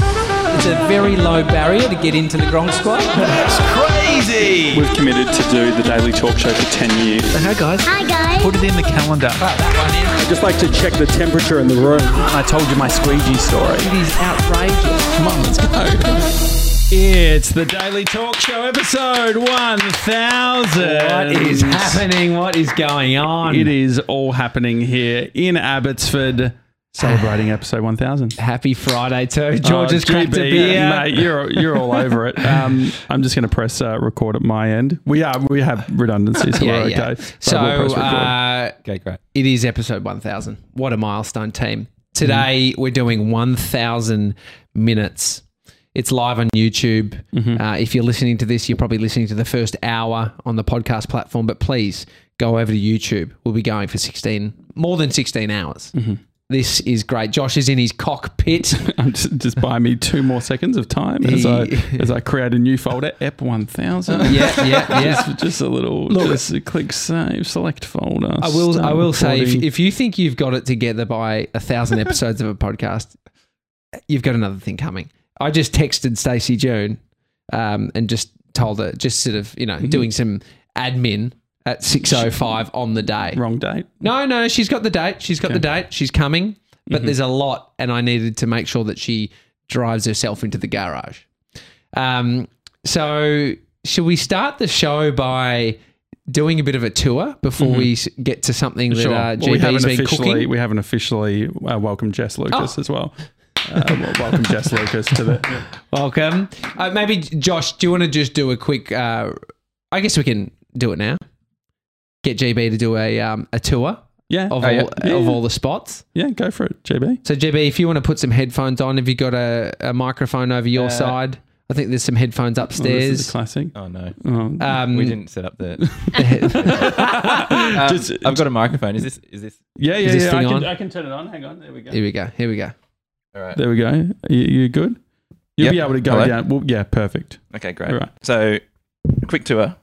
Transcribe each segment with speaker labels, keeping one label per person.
Speaker 1: it's a very low barrier to get into the Gronk Squad.
Speaker 2: That's crazy.
Speaker 3: We've committed to do the Daily Talk Show for 10 years.
Speaker 4: Hey guys,
Speaker 5: Hi guys.
Speaker 4: put it in the calendar.
Speaker 6: I just like to check the temperature in the room. I told you my squeegee story.
Speaker 1: It is outrageous.
Speaker 3: Come on, let's go.
Speaker 7: It's the Daily Talk Show, episode 1000.
Speaker 1: What is happening? What is going on?
Speaker 7: It is all happening here in Abbotsford, celebrating episode 1000.
Speaker 1: Happy Friday too. George
Speaker 7: Oh,
Speaker 1: has cracked a
Speaker 7: GB,
Speaker 1: beer.
Speaker 7: Mate, you're, you're all over it. Um, I'm just going to press uh, record at my end. We are we have redundancy, so
Speaker 1: Yeah,
Speaker 7: we're
Speaker 1: yeah.
Speaker 7: okay. But
Speaker 1: So
Speaker 7: we'll press record.
Speaker 1: uh,
Speaker 2: Okay, great.
Speaker 1: it is episode 1000. What a milestone, team. Today
Speaker 7: Mm-hmm.
Speaker 1: we're doing 1000 minutes. It's live on YouTube.
Speaker 7: Mm-hmm.
Speaker 1: Uh, if you're listening to this, you're probably listening to the first hour on the podcast platform, but please go over to YouTube. We'll be going for 16, more than 16 hours.
Speaker 7: Mm-hmm.
Speaker 1: This is great. Josh is in his cockpit.
Speaker 7: I'm Um, just, just buy me two more seconds of time as I as I create a new folder, EP 1000.
Speaker 1: Uh, yeah, yeah, yeah.
Speaker 7: Just, just a little, just click save, select folder.
Speaker 1: I will. I
Speaker 7: start
Speaker 1: will say, if,
Speaker 7: recording.
Speaker 1: if you think you've got it together by a thousand episodes of a podcast, you've got another thing coming. I just texted Stacey June um, and just told her, just sort of, you know, doing some admin at six oh five on the day.
Speaker 7: wrong date.
Speaker 1: No, no, she's got the date. She's got the date. She's coming, but
Speaker 7: Mm-hmm.
Speaker 1: there's a lot, and I needed to make sure that she drives herself into the garage. Um, so, should we start the show by doing a bit of a tour before we s- get to something that uh,
Speaker 7: Mm-hmm. Well, we
Speaker 1: GB's
Speaker 7: haven't
Speaker 1: been
Speaker 7: officially
Speaker 1: cooking? Oh.
Speaker 7: we haven't officially uh, welcomed Jess Lucas as well. Uh, well, welcome Jess Lucas to the.
Speaker 1: Welcome. Uh, maybe Josh, do you want to just do a quick? Uh, I guess we can do it now. Get GB to do a um, a tour
Speaker 7: Yeah,
Speaker 1: of
Speaker 2: Oh,
Speaker 1: all
Speaker 2: yeah.
Speaker 1: of
Speaker 7: Yeah.
Speaker 1: all the spots.
Speaker 7: yeah, go for it, Oh, JB.
Speaker 1: So JB, if you want to put some headphones on, have you got a, a microphone over your side? I think there's some headphones
Speaker 7: Oh, this is a
Speaker 1: upstairs.
Speaker 7: classic.
Speaker 2: Oh no,
Speaker 7: Oh,
Speaker 1: um,
Speaker 2: we didn't set up the. Um,
Speaker 7: Just-
Speaker 2: I've got a microphone. Is this? Is this?
Speaker 7: yeah,
Speaker 1: is
Speaker 7: yeah,
Speaker 1: this
Speaker 7: yeah.
Speaker 1: thing
Speaker 7: I can,
Speaker 1: on?
Speaker 7: I can turn it on. Hang on, there we go.
Speaker 1: Here we go. Here we go.
Speaker 2: All right.
Speaker 7: There we go. You, you good? You'll
Speaker 2: Yep.
Speaker 7: be able to go
Speaker 2: Hello?
Speaker 7: down. Well, yeah, perfect.
Speaker 2: Okay, great.
Speaker 7: All right.
Speaker 2: So, quick tour.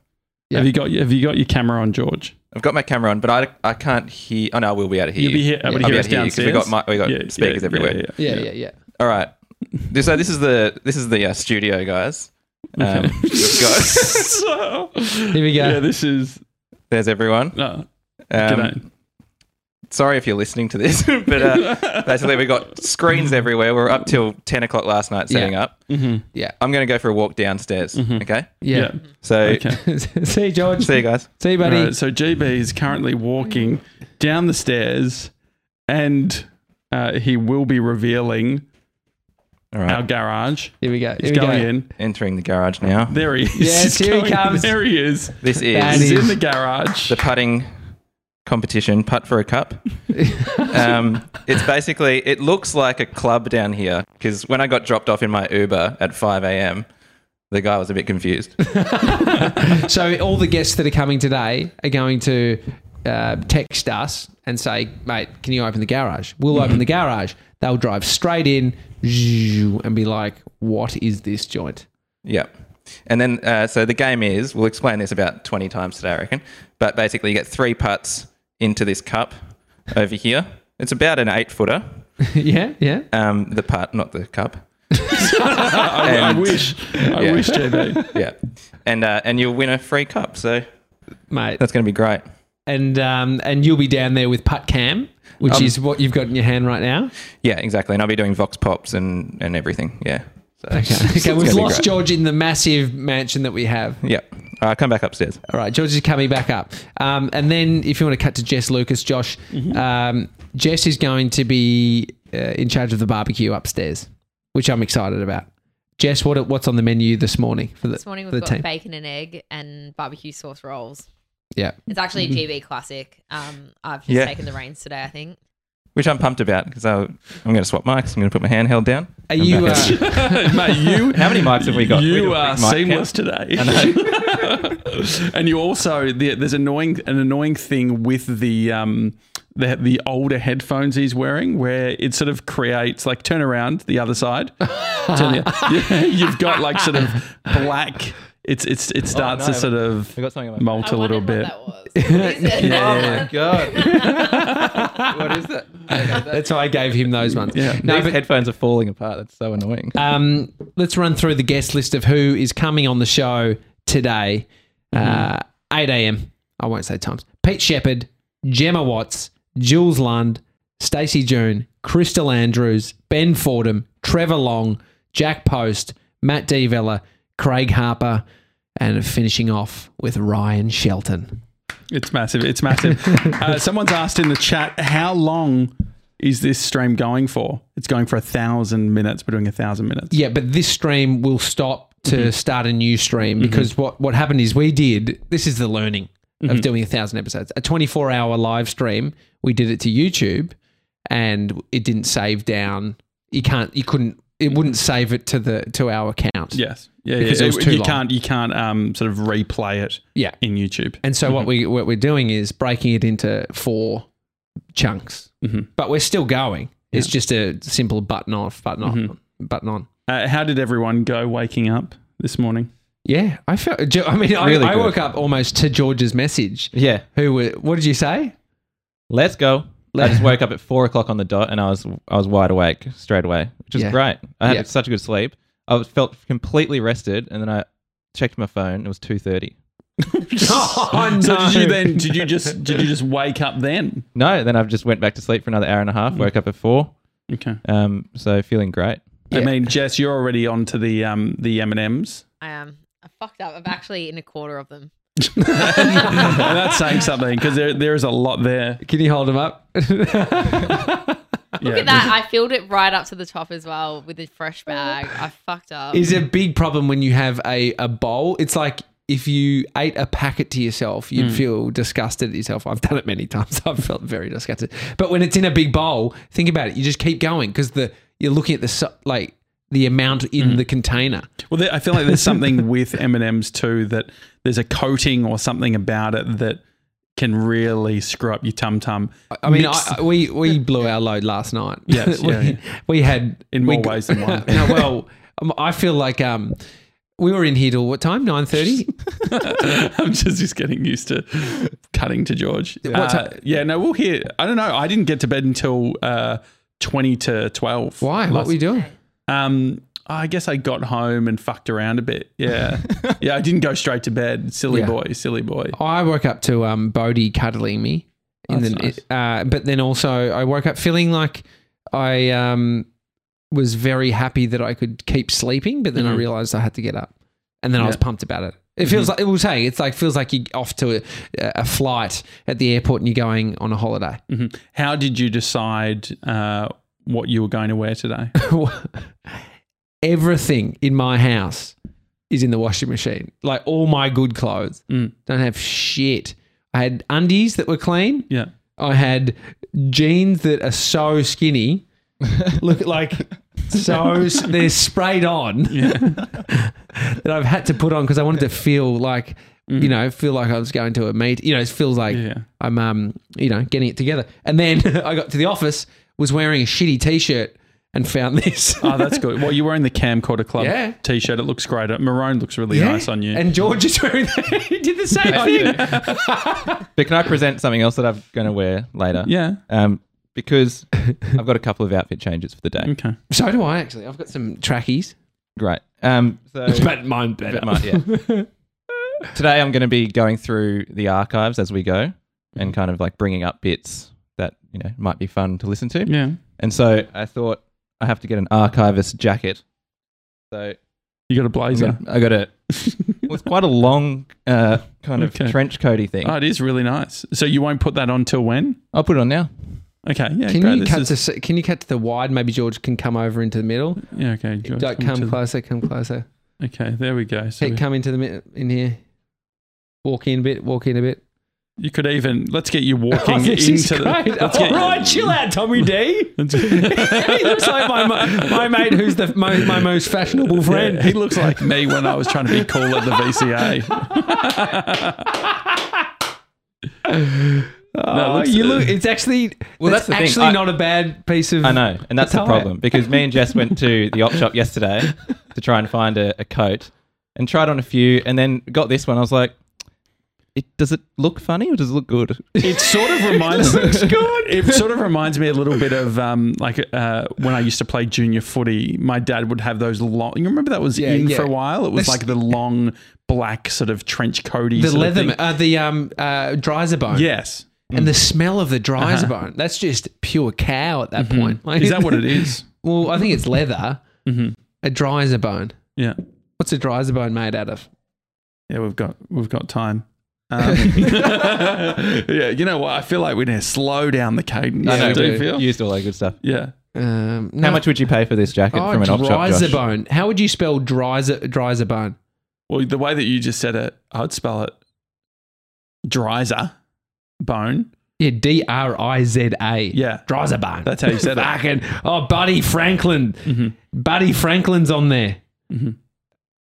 Speaker 1: Yeah.
Speaker 7: Have you got Have you got your camera on, George?
Speaker 2: I've got my camera on, but I, I can't hear. Oh no, I will be able to hear.
Speaker 7: You'll
Speaker 2: you.
Speaker 7: be here, able
Speaker 1: Yeah.
Speaker 7: to hear
Speaker 2: I'll be
Speaker 7: us
Speaker 2: able to hear you 'cause
Speaker 7: downstairs.
Speaker 2: we got mi- we got
Speaker 7: Yeah, yeah,
Speaker 2: speakers
Speaker 7: yeah,
Speaker 2: everywhere.
Speaker 7: yeah,
Speaker 1: Yeah,
Speaker 7: yeah.
Speaker 1: yeah, yeah.
Speaker 2: All right. This- So this is the this is the uh, studio, guys. Um, we've got-
Speaker 7: So-
Speaker 1: Here we go.
Speaker 7: Yeah, this is.
Speaker 2: there's everyone.
Speaker 7: Uh,
Speaker 2: Um,
Speaker 7: g'day.
Speaker 2: sorry if you're listening to this, but uh, basically we got screens everywhere. We are up till ten o'clock last night setting
Speaker 1: Yeah.
Speaker 2: up. I'm going to go for a walk downstairs. Okay.
Speaker 1: yeah.
Speaker 2: So
Speaker 7: Mm-hmm. Okay.
Speaker 1: See you, George.
Speaker 2: see you guys.
Speaker 1: See you, buddy.
Speaker 7: Right, so GB is currently walking down the stairs, and uh, he will be revealing
Speaker 2: All
Speaker 7: our
Speaker 2: right.
Speaker 7: garage.
Speaker 1: Here we go.
Speaker 7: He's
Speaker 1: Here we
Speaker 7: going
Speaker 1: go.
Speaker 7: in.
Speaker 2: Entering the garage now.
Speaker 7: There he is.
Speaker 1: Yes,
Speaker 7: He's
Speaker 1: here he
Speaker 7: going-
Speaker 1: comes.
Speaker 7: There he is.
Speaker 2: This
Speaker 1: That
Speaker 2: is
Speaker 7: He's
Speaker 1: is-
Speaker 7: in the garage.
Speaker 2: the putting competition, putt for a cup. um, it's basically it looks like a club down here because when I got dropped off in my Uber at five a.m. The guy was a bit confused.
Speaker 1: So all the guests that are coming today are going to uh, text us and say, "Mate, can you open the garage?" We'll open the garage. They'll drive straight in zzzz, and be like, "What is this joint?"
Speaker 2: yeah. And then, uh, so the game is we'll explain this about 20 times today, I reckon. But basically, you get three putts into this cup over here. It's about an eight footer,
Speaker 1: yeah, yeah.
Speaker 2: um, the putt, not the cup.
Speaker 7: I
Speaker 2: and,
Speaker 7: wish. I
Speaker 2: Yeah.
Speaker 7: wish, JB.
Speaker 2: Yeah. And, uh, and you'll win a free cup. So
Speaker 1: Mate,
Speaker 2: that's going to be great.
Speaker 1: and um, and you'll be down there with putt cam, which
Speaker 2: Um,
Speaker 1: is what you've got in your hand right now.
Speaker 2: Yeah, exactly. And I'll be doing Vox Pops and, and everything. Yeah. So,
Speaker 1: Okay,
Speaker 2: it's
Speaker 1: okay
Speaker 2: gonna
Speaker 1: we've
Speaker 2: be
Speaker 1: lost
Speaker 2: great.
Speaker 1: George in the massive mansion that we have.
Speaker 2: Yeah. All right, come back upstairs.
Speaker 1: All right, George is coming back up. Um, and then if you want to cut to Jess Lucas, Josh,
Speaker 2: Mm-hmm.
Speaker 1: um, Jess is going to be uh, in charge of the barbecue upstairs, which I'm excited about. Jess, what what's on the menu this morning for the
Speaker 8: This morning
Speaker 1: for
Speaker 8: we've
Speaker 1: the
Speaker 8: got
Speaker 1: team?
Speaker 8: bacon and egg and barbecue sauce rolls.
Speaker 1: Yeah.
Speaker 8: It's actually a
Speaker 1: Mm.
Speaker 8: GB classic. Um, I've just
Speaker 2: Yeah.
Speaker 8: taken the reins today, I think.
Speaker 2: Which I'm pumped about because I'm going to swap mics. I'm going to put my handheld down.
Speaker 1: Are you? Uh,
Speaker 7: Mate, you.
Speaker 2: How many mics have we got? We do
Speaker 7: You
Speaker 2: a
Speaker 7: are
Speaker 2: big mic
Speaker 7: seamless today. and you also the, there's annoying an annoying thing with the um the, the older headphones he's wearing where it sort of creates like turn around the other side. Turn the- yeah, you've got like sort of black It's it's it starts
Speaker 2: Oh, no.
Speaker 7: to sort of
Speaker 2: I got something in my
Speaker 7: molt a little bit.
Speaker 2: Oh my god. what is that? Okay, that-
Speaker 1: That's why I gave him those ones.
Speaker 7: Yeah.
Speaker 1: No,
Speaker 2: These
Speaker 1: but
Speaker 2: headphones are falling apart. That's so annoying.
Speaker 1: um, let's run through the guest list of who is coming on the show today. Uh, 8 a.m. I won't say times. Pete Shepard, Gemma Watts, Jules Lund, Stacey June, Crystal Andrews, Ben Fordham, Trevor Long, Jack Post, Matt D. Vella, Craig Harper, and finishing off with Ryan Shelton.
Speaker 7: It's massive. It's massive. uh, someone's asked in the chat, how long is this stream going for? It's going for a thousand minutes. We're doing a thousand minutes.
Speaker 1: Yeah, but this stream will stop to start a new stream because what, what happened is we did this is the learning of doing a thousand episodes. A twenty four hour live stream, we did it to YouTube and it didn't save down you can't you couldn't it wouldn't save it to the to our account.
Speaker 7: Yes. Yeah.
Speaker 1: Because
Speaker 7: yeah.
Speaker 1: it was too
Speaker 7: you
Speaker 1: long.
Speaker 7: can't you can't um, sort of replay it
Speaker 1: Yeah.
Speaker 7: in YouTube.
Speaker 1: And so what we what we're doing is breaking it into four chunks.
Speaker 7: Mhm.
Speaker 1: But we're still going. It's just a simple button off, button off, button on.
Speaker 7: Uh, how did everyone go waking up this morning?
Speaker 1: Yeah, I felt. I mean, I,
Speaker 2: Really
Speaker 1: I
Speaker 2: good.
Speaker 1: woke up almost to George's message.
Speaker 2: Yeah.
Speaker 1: Who were? What did you say?
Speaker 2: Let's go. I just woke up at four o'clock on the dot, and I was I was wide awake straight away, which is
Speaker 1: Yeah.
Speaker 2: great. I had
Speaker 1: Yeah.
Speaker 2: such a good sleep. I was, felt completely rested, and then I checked my phone. It was two thirty.
Speaker 1: oh, no.
Speaker 7: So did you then? Did you just did you just wake up then?
Speaker 2: No, then I've just went back to sleep for another hour and a
Speaker 1: Hmm.
Speaker 2: half. Woke up at four.
Speaker 7: Okay.
Speaker 2: Um, so feeling great.
Speaker 7: I
Speaker 1: Yeah.
Speaker 7: mean, Jess, you're already on to the um the M and M's.
Speaker 8: I am. I fucked up. I'm actually in a quarter of them.
Speaker 7: That's saying something because there there is a lot there.
Speaker 1: Can you hold him up?
Speaker 8: Look at that. I filled it right up to the top as well with a fresh bag. I fucked up.
Speaker 1: Is a big problem when you have a, a bowl. It's like if you ate a packet to yourself, you'd
Speaker 7: Hmm.
Speaker 1: feel disgusted at yourself. I've done it many times. I've felt very disgusted. But when it's in a big bowl, think about it. You just keep going because the you're looking at the so- like the amount in
Speaker 7: Hmm.
Speaker 1: the container.
Speaker 7: Well, there, I feel like there's something with M and M's too that there's a coating or something about it that can really screw up your tum tum.
Speaker 1: I mean,
Speaker 7: Mix-
Speaker 1: I, I- we we blew our load last night.
Speaker 7: Yes,
Speaker 1: we,
Speaker 7: yeah, yeah.
Speaker 1: we had
Speaker 7: In
Speaker 1: we
Speaker 7: more
Speaker 1: g-
Speaker 7: ways than one.
Speaker 1: no, well, um, I feel like um, we were in here till what time? Nine thirty.
Speaker 7: I'm just, just getting used to cutting to George.
Speaker 1: What
Speaker 7: Uh, yeah, no, we'll hear. I don't know. I didn't get to bed until uh, 20 to 12.
Speaker 1: Why? What
Speaker 7: last-
Speaker 1: were you doing?
Speaker 7: Um, I guess I got home and fucked around a bit. Yeah. yeah, I didn't go straight to bed. Silly
Speaker 1: Yeah.
Speaker 7: boy, silly boy.
Speaker 1: I woke up to um, Bodhi cuddling me, and then
Speaker 7: That's
Speaker 1: uh, but then also I woke up feeling like I um, was very happy that I could keep sleeping, but then I
Speaker 7: Mhm.
Speaker 1: realized I had to get up, and then I was
Speaker 7: Yeah. Mm-hmm.
Speaker 1: pumped about it. It feels like it was saying it's like feels like you're off to a, a flight at the airport and you're going on a holiday.
Speaker 7: hmm How did you decide uh, what you were going to wear today?
Speaker 1: everything in my house is in the washing machine. Like all my good clothes.
Speaker 7: Mm.
Speaker 1: Don't have shit. I had undies that were clean.
Speaker 7: Yeah.
Speaker 1: I had jeans that are so skinny. Look like so s- they're sprayed on that I've had to put on because I wanted to feel like you know feel like I was going to a meet. You know, it feels like
Speaker 7: Mm. Yeah.
Speaker 1: I'm um you know getting it together. And then I got to the office, was wearing a shitty t-shirt, and found this.
Speaker 7: Oh, that's good. Well, you were in the Camcorder Club
Speaker 1: Yeah.
Speaker 7: t shirt. It looks great. Maroon looks really nice on you.
Speaker 1: And George is wearing that. he did the same thing.
Speaker 2: But can I present something else that I'm going to wear later?
Speaker 7: yeah.
Speaker 2: Um, because I've got a couple of outfit changes for the day.
Speaker 7: Okay.
Speaker 1: So do I actually. I've got some trackies.
Speaker 2: Great. Um, so
Speaker 7: Oh,
Speaker 1: But mine better.
Speaker 2: Bit much, yeah. Today I'm going to be going through the archives as we go
Speaker 7: Mm.
Speaker 2: and kind of like bringing up bits that you know might be fun to listen to.
Speaker 7: Yeah.
Speaker 2: And so I thought I have to get an archivist jacket. So
Speaker 7: You got a
Speaker 2: I'm
Speaker 7: blazer.
Speaker 2: gonna- I got a well, it's quite a long uh, kind of
Speaker 7: Okay.
Speaker 2: trench coaty thing.
Speaker 7: Oh, it is really nice. So you won't put that on till when?
Speaker 2: I'll put it on now.
Speaker 7: Okay. Yeah.
Speaker 1: Can
Speaker 7: great.
Speaker 1: you
Speaker 7: This
Speaker 1: cut
Speaker 7: is-
Speaker 1: to to can you cut to the wide? Maybe George can come over into the middle.
Speaker 7: Yeah. Okay. George,
Speaker 1: Don't
Speaker 7: come
Speaker 1: come
Speaker 7: to-
Speaker 1: closer, come closer.
Speaker 7: Okay. There we go. So
Speaker 1: Hey,
Speaker 7: we-
Speaker 1: come into the mi- in here. Walk in a bit, walk in a bit.
Speaker 7: you could even let's get you walking
Speaker 1: Oh, this
Speaker 7: into
Speaker 1: is
Speaker 7: the.
Speaker 1: great.
Speaker 7: Let's
Speaker 1: All right, chill out, Tommy D. he looks like my, mo- my mate who's the, my, my most fashionable friend.
Speaker 7: Yeah, he looks like me when I was trying to be cool at the VCA.
Speaker 1: Oh,
Speaker 7: No, it looks-
Speaker 1: you look, it's actually,
Speaker 2: Well,
Speaker 1: that's,
Speaker 2: that's the thing.
Speaker 1: actually
Speaker 2: I-
Speaker 1: not a bad piece of.
Speaker 2: I know, and that's the
Speaker 1: Attire.
Speaker 2: problem because me and Jess went to the op shop yesterday to try and find a, a coat, and tried on a few, and then got this one. I was like, it, does it look funny or does it look good?
Speaker 7: It sort of reminds It sort of reminds me a little bit of um, like uh, when I used to play junior footy. My dad would have those long. You remember that was
Speaker 1: Yeah,
Speaker 7: in
Speaker 1: yeah.
Speaker 7: for a while. It was
Speaker 1: This-
Speaker 7: like the long black sort of trench coaty.
Speaker 1: The
Speaker 7: sort of
Speaker 1: leather,
Speaker 7: thing.
Speaker 1: uh, the um, uh, dryzer bone.
Speaker 7: Yes.
Speaker 1: And the smell of the dryzer bone. That's just pure cow at that point. Like,
Speaker 7: Uh-huh. Mm-hmm. Is that what it is?
Speaker 1: Well, I think it's leather.
Speaker 2: Mm-hmm.
Speaker 1: A dryzer bone.
Speaker 7: Yeah.
Speaker 1: What's a dryzer bone made out of?
Speaker 7: Yeah, we've got we've got time. Um, yeah, you know what? I feel like we need to slow down the cadence.
Speaker 1: I know,
Speaker 7: do you
Speaker 1: we
Speaker 7: feel?
Speaker 2: Used all that good stuff.
Speaker 7: Yeah.
Speaker 1: Um,
Speaker 2: How much would you pay for this jacket
Speaker 1: oh,
Speaker 2: from an op shop,
Speaker 1: dryzer
Speaker 2: Josh?
Speaker 1: bone. How would you spell dryzer dryzer bone?
Speaker 7: Well, the way that you just said it, I'd spell it dryzer bone.
Speaker 1: Yeah, D R I Z A.
Speaker 7: Yeah.
Speaker 1: dryzer bone.
Speaker 7: That's how you said it.
Speaker 1: Fucking oh, Buddy Franklin.
Speaker 2: Mm-hmm.
Speaker 1: Buddy Franklin's on there.
Speaker 7: Mhm.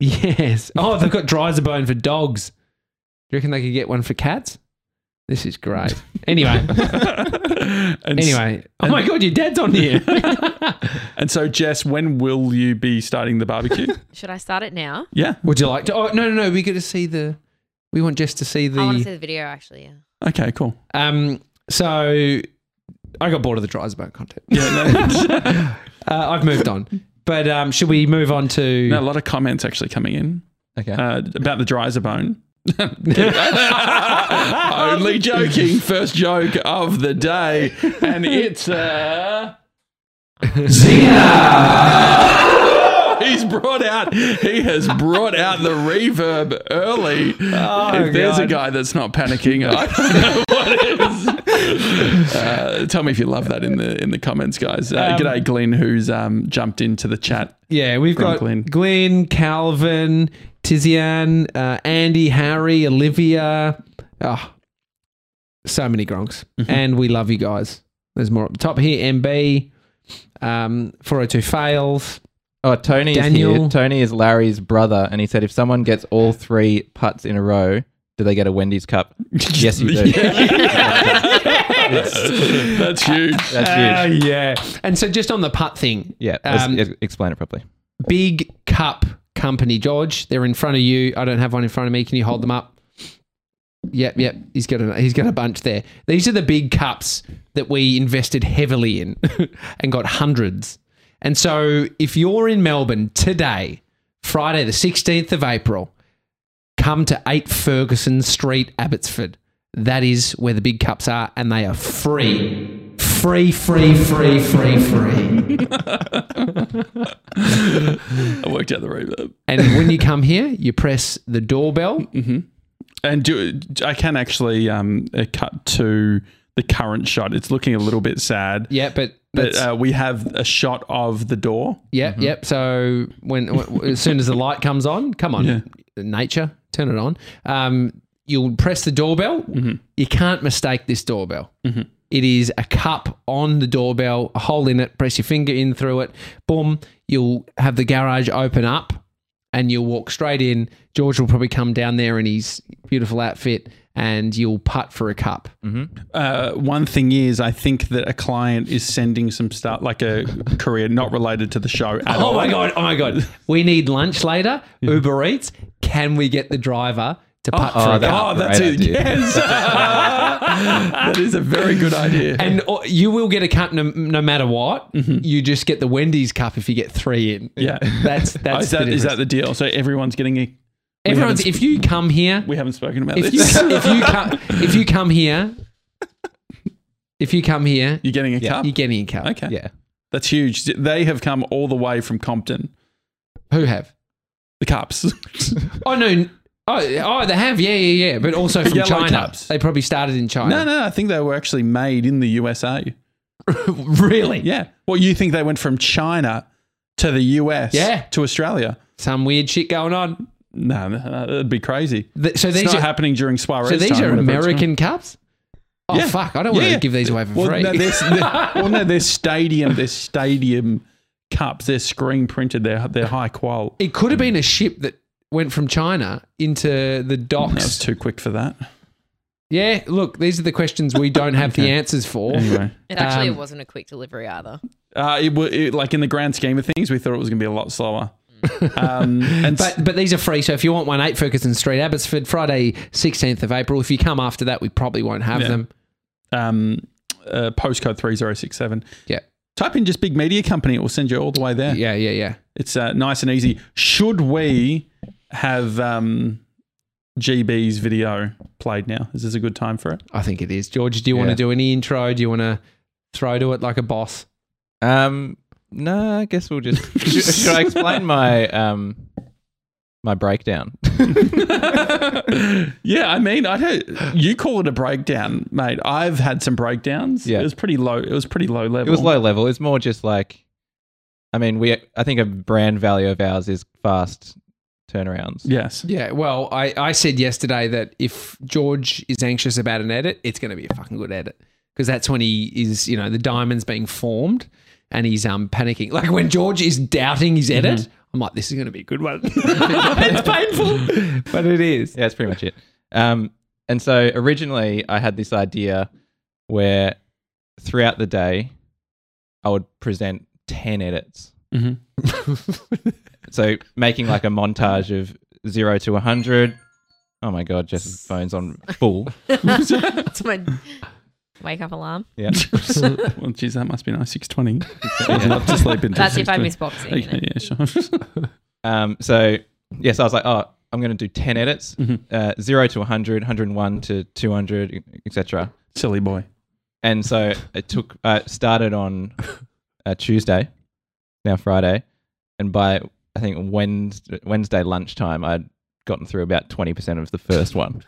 Speaker 1: Yes. Oh, they've got dryzer bone for dogs. Do you reckon they could get one for cats? This is great. Anyway,
Speaker 7: and s-
Speaker 1: anyway. Oh my god, your dad's on here.
Speaker 7: and so Jess, when will you be starting the barbecue?
Speaker 8: Should I start it now?
Speaker 7: yeah.
Speaker 1: Would you like to? Oh no, no, no. We get to see the. We want Jess to see the.
Speaker 8: I want to see the video actually. Yeah.
Speaker 7: Okay, cool.
Speaker 1: Um, so I got bored of the dryers bone content.
Speaker 7: Yeah,
Speaker 1: Uh, I've moved on. But um, should we move on to?
Speaker 7: no, no, a lot of comments actually coming in
Speaker 2: Okay.
Speaker 7: uh, about the dryzer bone. Only joking. First joke of the day, and it's uh, Zena. He's brought out. He has brought out the reverb early. if there's a
Speaker 1: Oh, God.
Speaker 7: guy that's not panicking, I don't know what is. Uh, tell me if you love that in the in the comments, guys. Uh,
Speaker 1: Um,
Speaker 7: g'day, Glenn, who's um, jumped into the chat.
Speaker 1: yeah, we've got
Speaker 7: Glenn.
Speaker 1: Glenn, Calvin, Tizian, uh, Andy, Harry, Olivia. Oh, so many gronks, and we love you guys. There's more up the top here. MB, um, 402 fails.
Speaker 2: Oh, Tony is
Speaker 1: Daniel.
Speaker 2: here. Tony is Larry's brother, and he said if someone gets all three putts in a row, do they get a Wendy's cup? yes, you do.
Speaker 7: That's huge.
Speaker 2: That's huge.
Speaker 1: Uh, yeah, and so just on the putt thing,
Speaker 2: Yeah, let's
Speaker 1: Um,
Speaker 2: e- explain it properly.
Speaker 1: big cup company, George. They're in front of you. I don't have one in front of me. Can you hold them up? Yep, yep. He's got a he's got a bunch there. These are the big cups that we invested heavily in and got hundreds. And so if you're in Melbourne today, Friday the 16th of April, come to 8 Ferguson Street, Abbotsford. That is where the big cups are and they are free. Free, free, free, free, free.
Speaker 7: I worked out the reverb.
Speaker 1: And when you come here, you press the doorbell.
Speaker 7: And do I can actually um, uh, cut to the current shot. It's looking a little bit sad.
Speaker 1: Yeah, but
Speaker 7: But
Speaker 1: that's,
Speaker 7: uh, mm-hmm. we have a shot of the door.
Speaker 1: yep, yep. So when, w- as soon as the light comes on, come on,
Speaker 7: Yeah.
Speaker 1: nature, turn it on. Um, you'll press the doorbell.
Speaker 7: Mm-hmm.
Speaker 1: You can't mistake this doorbell. It is a cup on the doorbell, a hole in it. Press your finger in through it. Boom. You'll have the garage open up, and you'll walk straight in. George will probably come down there in his beautiful outfit, and you'll putt for a cup.
Speaker 7: Uh, one thing is, I think that a client is sending some stuff like a career not related to the show at all.
Speaker 1: Oh my god! Oh my god! We need lunch later. Uber Eats. Can we get the driver to putt for a
Speaker 2: that-
Speaker 1: cup?
Speaker 7: Mm-hmm. Oh, that's
Speaker 2: Great
Speaker 7: it.
Speaker 2: idea.
Speaker 7: Yes. that is a very good idea.
Speaker 1: And uh, you will get a cup no, no matter what. You just get the Wendy's cup if you get three in.
Speaker 7: Mm-hmm. yeah.
Speaker 1: That's
Speaker 7: Oh,
Speaker 1: that's
Speaker 7: is, that,
Speaker 1: the
Speaker 7: is that
Speaker 1: difference.
Speaker 7: the deal? So everyone's getting a. we
Speaker 1: everyone's.
Speaker 7: haven't-
Speaker 1: If you come here,
Speaker 7: We haven't spoken about
Speaker 1: if you
Speaker 7: this.
Speaker 1: if you come if you come here, if you come here,
Speaker 7: You're getting a cup?
Speaker 1: you're getting a cup.
Speaker 7: okay.
Speaker 2: Yeah.
Speaker 7: That's huge. They have come all the way from Compton.
Speaker 1: Who have?
Speaker 7: The cups.
Speaker 1: Oh no. Oh, oh, they have, yeah, yeah, yeah, but also from
Speaker 7: Yellow
Speaker 1: China.
Speaker 7: cups.
Speaker 1: They probably started in
Speaker 7: no,
Speaker 1: China.
Speaker 7: no, I think they were actually made in the USA.
Speaker 1: really?
Speaker 7: Yeah. Well, you think they went from China to the US
Speaker 1: Yeah.
Speaker 7: to Australia?
Speaker 1: Some weird shit going on.
Speaker 7: No, no, no, that'd be crazy.
Speaker 1: Th- so
Speaker 7: It's
Speaker 1: these
Speaker 7: not
Speaker 1: are
Speaker 7: happening during Suarez.
Speaker 1: so these
Speaker 7: time,
Speaker 1: are
Speaker 7: whatever it's
Speaker 1: American cups. Oh
Speaker 7: Yeah.
Speaker 1: fuck! I don't
Speaker 7: Yeah,
Speaker 1: want to
Speaker 7: yeah.
Speaker 1: give these away for
Speaker 7: Well,
Speaker 1: free.
Speaker 7: No, they're, they're- well, no, they're stadium. They're stadium cups. They're screen printed. They're they're high qual.
Speaker 1: it could have been a ship that went from China into the
Speaker 7: That was
Speaker 1: docks.
Speaker 7: too quick for that.
Speaker 1: yeah, look, these are the questions we don't have the answers for.
Speaker 7: Anyway,
Speaker 8: It actually
Speaker 1: Um,
Speaker 8: wasn't a quick delivery either.
Speaker 7: uh, it, wa- it like in the grand scheme of things, we thought it was going to be a lot slower. Um, and
Speaker 1: But but these are free. So if you want one, eight Ferguson Street, Abbotsford, Friday, sixteenth of April. If you come after that, we probably won't have
Speaker 7: Yeah.
Speaker 1: them.
Speaker 7: um, uh, postcode 3067.
Speaker 1: Yeah.
Speaker 7: Type in just big media company. It will send you all the way there.
Speaker 1: Yeah, yeah, yeah.
Speaker 7: It's uh, nice and easy. Should we have um, GB's video played now? Is this a good time for it?
Speaker 1: I think it is. George, do you want
Speaker 2: Yeah.
Speaker 1: to do any intro? Do you want to throw to it like a boss?
Speaker 2: Um, no, I guess we'll just. should, should I explain my um, my breakdown?
Speaker 7: yeah, I mean, I don't. You call it a breakdown, mate. I've had some breakdowns.
Speaker 2: Yeah.
Speaker 7: it was pretty low. It was pretty low level.
Speaker 2: It was low level. It's more just like, I mean, we. I think a brand value of ours is fast turnarounds.
Speaker 7: Yes.
Speaker 1: Yeah. Well, I, I said yesterday that if George is anxious about an edit, it's going to be a fucking good edit because that's when he is, you know, the diamond's being formed and he's um panicking. Like when George is doubting his edit, I'm like, this is going to be a good one. it's painful, but it is.
Speaker 2: Yeah, that's pretty much it. Um, and so originally I had this idea where throughout the day I would present 10 edits.
Speaker 7: Mhm.
Speaker 2: so making like a montage of zero to 100. Oh my God, Jess's phone's on full.
Speaker 9: it's my wake up alarm.
Speaker 2: Yeah.
Speaker 7: well, geez, that must be nice. Six twenty. I'd love to sleep until
Speaker 9: That's if I
Speaker 7: 6:20.
Speaker 9: miss boxing. you know.
Speaker 7: Okay, yeah, sure.
Speaker 2: Um, so, yes, I was like, oh, I'm going to do 10 edits,
Speaker 7: Mhm.
Speaker 2: uh, zero to 100, 101 to 200, etc.
Speaker 7: Silly boy.
Speaker 2: and so it took uh, started on uh, Tuesday, now Friday, and by I think Wednesday, Wednesday lunchtime I'd gotten through about twenty percent of the first one,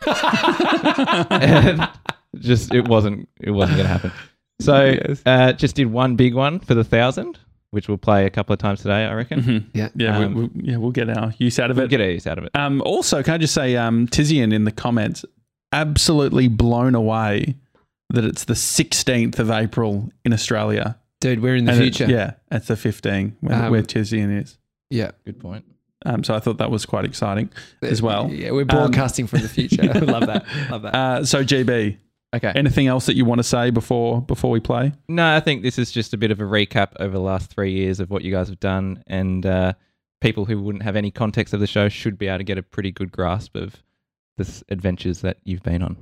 Speaker 2: and just it wasn't it wasn't going to happen. So uh, just did one big one for the thousand, which we'll play a couple of times today, I reckon.
Speaker 7: Mm-hmm. Yeah,
Speaker 2: Um,
Speaker 7: we, we, yeah, we'll get our use out of it.
Speaker 2: We'll get a use out of it.
Speaker 7: Um, also, can I just say, um, Tizian in the comments, absolutely blown away that it's the 16th of April in Australia.
Speaker 1: Dude, we're in the
Speaker 7: And it-
Speaker 1: future.
Speaker 7: yeah, it's the 15 where,
Speaker 1: Um,
Speaker 7: where Tizian is.
Speaker 1: Yeah.
Speaker 2: Good point.
Speaker 7: Um, so I thought that was quite exciting as well.
Speaker 1: Yeah, we're broadcasting from the future. Love that. Love that.
Speaker 7: Uh, so GB,
Speaker 2: Okay.
Speaker 7: anything else that you want to say before before we play?
Speaker 2: No, I think this is just a bit of a recap over the last three years of what you guys have done, and uh, people who wouldn't have any context of the show should be able to get a pretty good grasp of the s- adventures that you've been on.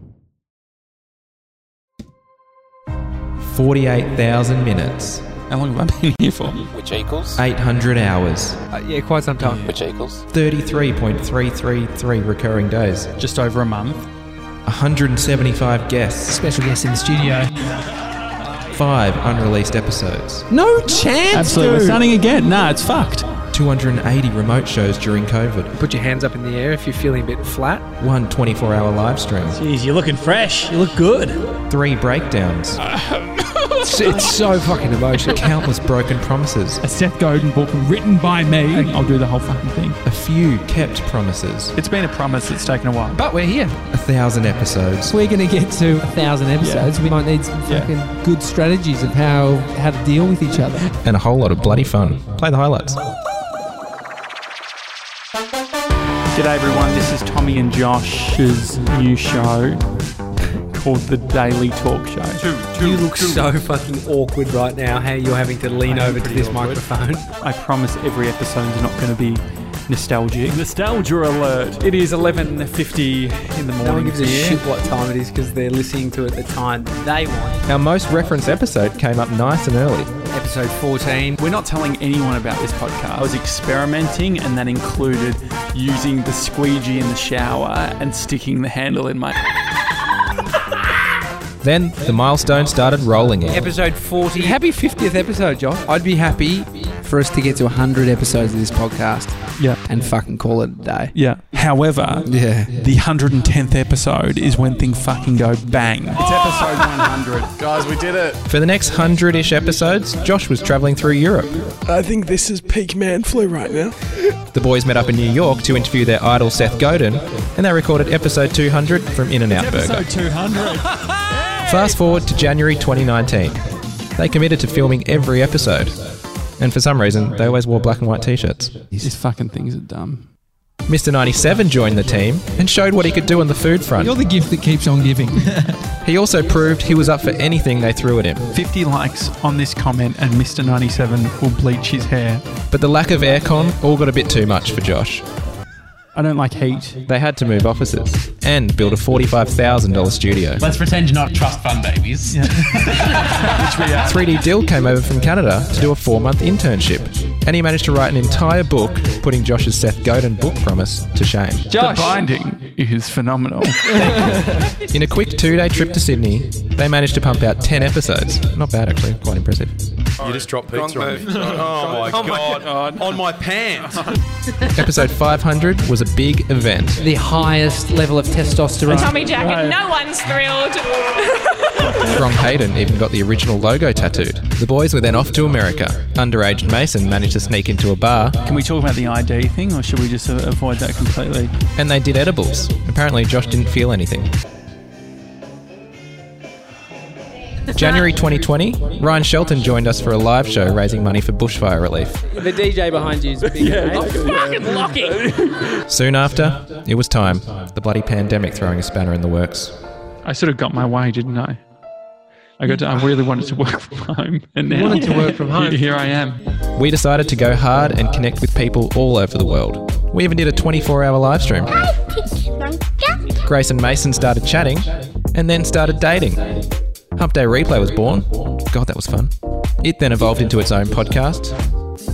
Speaker 2: 48,000 minutes,
Speaker 7: How long have I been here for?
Speaker 10: which equals
Speaker 2: 800 hours,
Speaker 1: yeah, quite some time.
Speaker 10: which equals
Speaker 2: 33.333 recurring days,
Speaker 7: Just over a month.
Speaker 2: 175 guests,
Speaker 1: Special guest in the studio.
Speaker 2: 5 unreleased episodes,
Speaker 1: No chance.
Speaker 11: Absolutely. We're starting again. Nah, it's fucked.
Speaker 2: 280 remote shows during COVID,
Speaker 1: Put your hands up in the air if you're feeling a bit flat.
Speaker 2: one 24 hour live stream,
Speaker 11: Jeez, you're looking fresh. You look good.
Speaker 2: 3 breakdowns.
Speaker 1: It's, it's so fucking emotional.
Speaker 2: countless broken promises,
Speaker 11: A Seth Godin book written by me. I'll do the whole fucking thing.
Speaker 2: a few kept promises,
Speaker 7: It's been a promise. It's taken a while.
Speaker 1: But we're here.
Speaker 2: a thousand episodes,
Speaker 12: we're going to get to a thousand episodes, we might need some
Speaker 7: Yeah.
Speaker 12: fucking good strategies of how how to deal with each other.
Speaker 2: and a whole lot of bloody fun. Play the highlights.
Speaker 11: G'day everyone, this is Tommy and Josh's new show called The Daily Talk Show.
Speaker 12: You look so fucking awkward right now. How you're having to lean over to this microphone.
Speaker 11: I promise every episode's not going to be nostalgic. Nostalgia alert. It is 11.50 in the morning.
Speaker 12: No one gives a
Speaker 11: here.
Speaker 12: shit what time it is because they're listening to it the time that they want.
Speaker 2: Our most referenced episode came up nice and early.
Speaker 1: Episode 14.
Speaker 11: We're not telling anyone about this podcast. I was experimenting and that included using the squeegee in the shower and sticking the handle in my...
Speaker 2: Then the milestone started rolling in.
Speaker 12: Episode 40. Happy 50th episode, Josh. I'd be happy for us to get to 100 episodes of this podcast
Speaker 11: Yeah.
Speaker 12: and fucking call it a day.
Speaker 11: Yeah. However,
Speaker 12: Yeah.
Speaker 11: the 110th episode is when things fucking go bang. It's episode 100.
Speaker 2: For the next hundred ish episodes, Josh was travelling through Europe.
Speaker 4: I think this is peak man flu right now.
Speaker 2: The boys met up in New York to interview their idol Seth Godin, and they recorded episode 200 from In N Out Burger.
Speaker 11: 200.
Speaker 2: Fast forward to January 2019. They committed to filming every episode. And for some reason, they always wore black and white t shirts.
Speaker 11: These fucking things are dumb.
Speaker 4: Mr. 97 joined the team and showed what he could do on the food front.
Speaker 10: You're the gift that keeps on giving.
Speaker 4: He also proved he was up for anything they threw at him.
Speaker 10: 50 likes on this comment, and Mr. 97 will bleach his hair.
Speaker 4: But the lack of aircon all got a bit too much for Josh.
Speaker 10: I don't like heat.
Speaker 4: They had to move offices and build a $45,000 studio.
Speaker 13: Let's pretend you're not trust fund babies.
Speaker 4: 3D Dill came over from Canada to do a four month internship, and he managed to write an entire book, putting Josh's Seth Godin book promise to shame.
Speaker 6: Josh. The binding is phenomenal.
Speaker 4: In a quick two day trip to Sydney, they managed to pump out 10 episodes. Not bad, actually, quite impressive.
Speaker 14: You just dropped pizza on me. Oh my god. On my pants.
Speaker 4: Episode 500 was a big event.
Speaker 15: The highest level of testosterone.
Speaker 16: Tommy jacket. No one's thrilled.
Speaker 4: Strong Hayden even got the original logo tattooed. The boys were then off to America. Underage Mason managed to sneak into a bar,
Speaker 6: Can we talk about the ID thing, or should we just uh, avoid that completely?
Speaker 4: and they did edibles. Apparently, Josh didn't feel anything. January 2020, Ryan Shelton joined us for a live show raising money for bushfire relief.
Speaker 17: The DJ behind you is big.
Speaker 16: Fucking locking.
Speaker 4: Soon after, it was time. The bloody pandemic throwing a spanner in the works.
Speaker 6: I sort of got my way, didn't I? I got. To, I really wanted to work from home, and now
Speaker 17: wanted to work from home.
Speaker 6: Here I am.
Speaker 4: We decided to go hard and connect with people all over the world. We even did a 24 hour live stream. Grace and Mason started chatting and then started dating. Hump Day Replay was born. God, that was fun. It then evolved into its own podcast,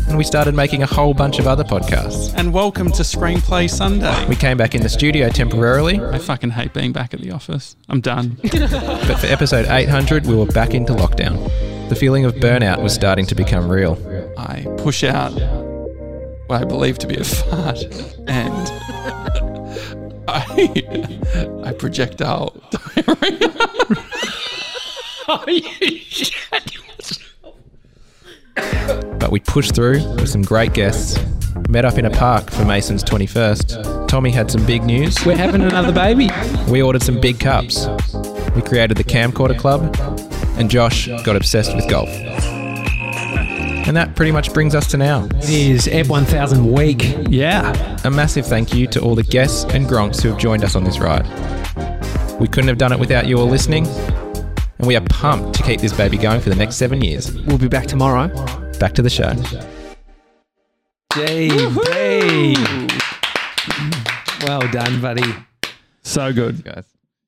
Speaker 4: and we started making a whole bunch of other podcasts.
Speaker 7: And welcome to Screenplay Sunday.
Speaker 4: We came back in the studio temporarily,
Speaker 6: I fucking hate being back at the office. I'm done.
Speaker 4: but for episode 800, we were back into lockdown. The feeling of burnout was starting to become real.
Speaker 6: I push out what I believe to be a fart, and I I projectile
Speaker 4: But we pushed through with some great guests. Met up in a park for Mason's 21st. Tommy had some big news.
Speaker 10: We're having another baby.
Speaker 4: We ordered some big cups. We created the Camcorder Club. And Josh got obsessed with golf. And that pretty much brings us to now.
Speaker 13: It is Ep 1000 week.
Speaker 10: Yeah.
Speaker 4: A massive thank you to all the guests and gronks who have joined us on this ride. We couldn't have done it without you all listening. And we are pumped to keep this baby going for the next seven years.
Speaker 1: We'll be back tomorrow.
Speaker 4: Back to the show.
Speaker 1: JB. Well done, buddy.
Speaker 7: So good.
Speaker 2: guys.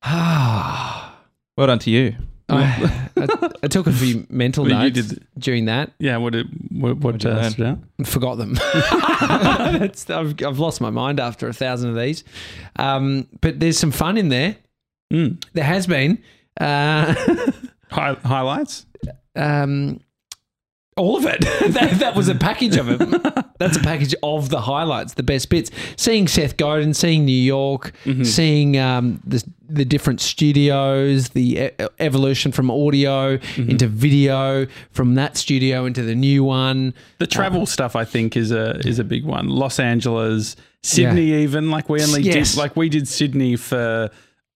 Speaker 2: well done to you.
Speaker 1: I, I, I took a few mental
Speaker 7: Well, you
Speaker 1: notes
Speaker 7: did-
Speaker 1: during that
Speaker 7: Yeah. What did what, what,
Speaker 2: you
Speaker 7: uh,
Speaker 2: learn?
Speaker 7: stood out?
Speaker 1: and forgot them. That's, I've, I've lost my mind after a thousand of these. Um, but there's some fun in there.
Speaker 6: Hmm.
Speaker 7: Mm.
Speaker 1: There has been. Uh,
Speaker 7: Hi- highlights.
Speaker 1: um, all of it. that, that was a package of it. That's a package of the highlights, the best bits. Seeing Seth Godin, seeing New York, seeing um, the, the different studios, the e- evolution from audio into video, from that studio into the new one.
Speaker 2: Oh.
Speaker 7: The travel stuff I think is a is a big one. Los Angeles, Sydney, even like we only
Speaker 1: Yes.
Speaker 7: did like we did Sydney for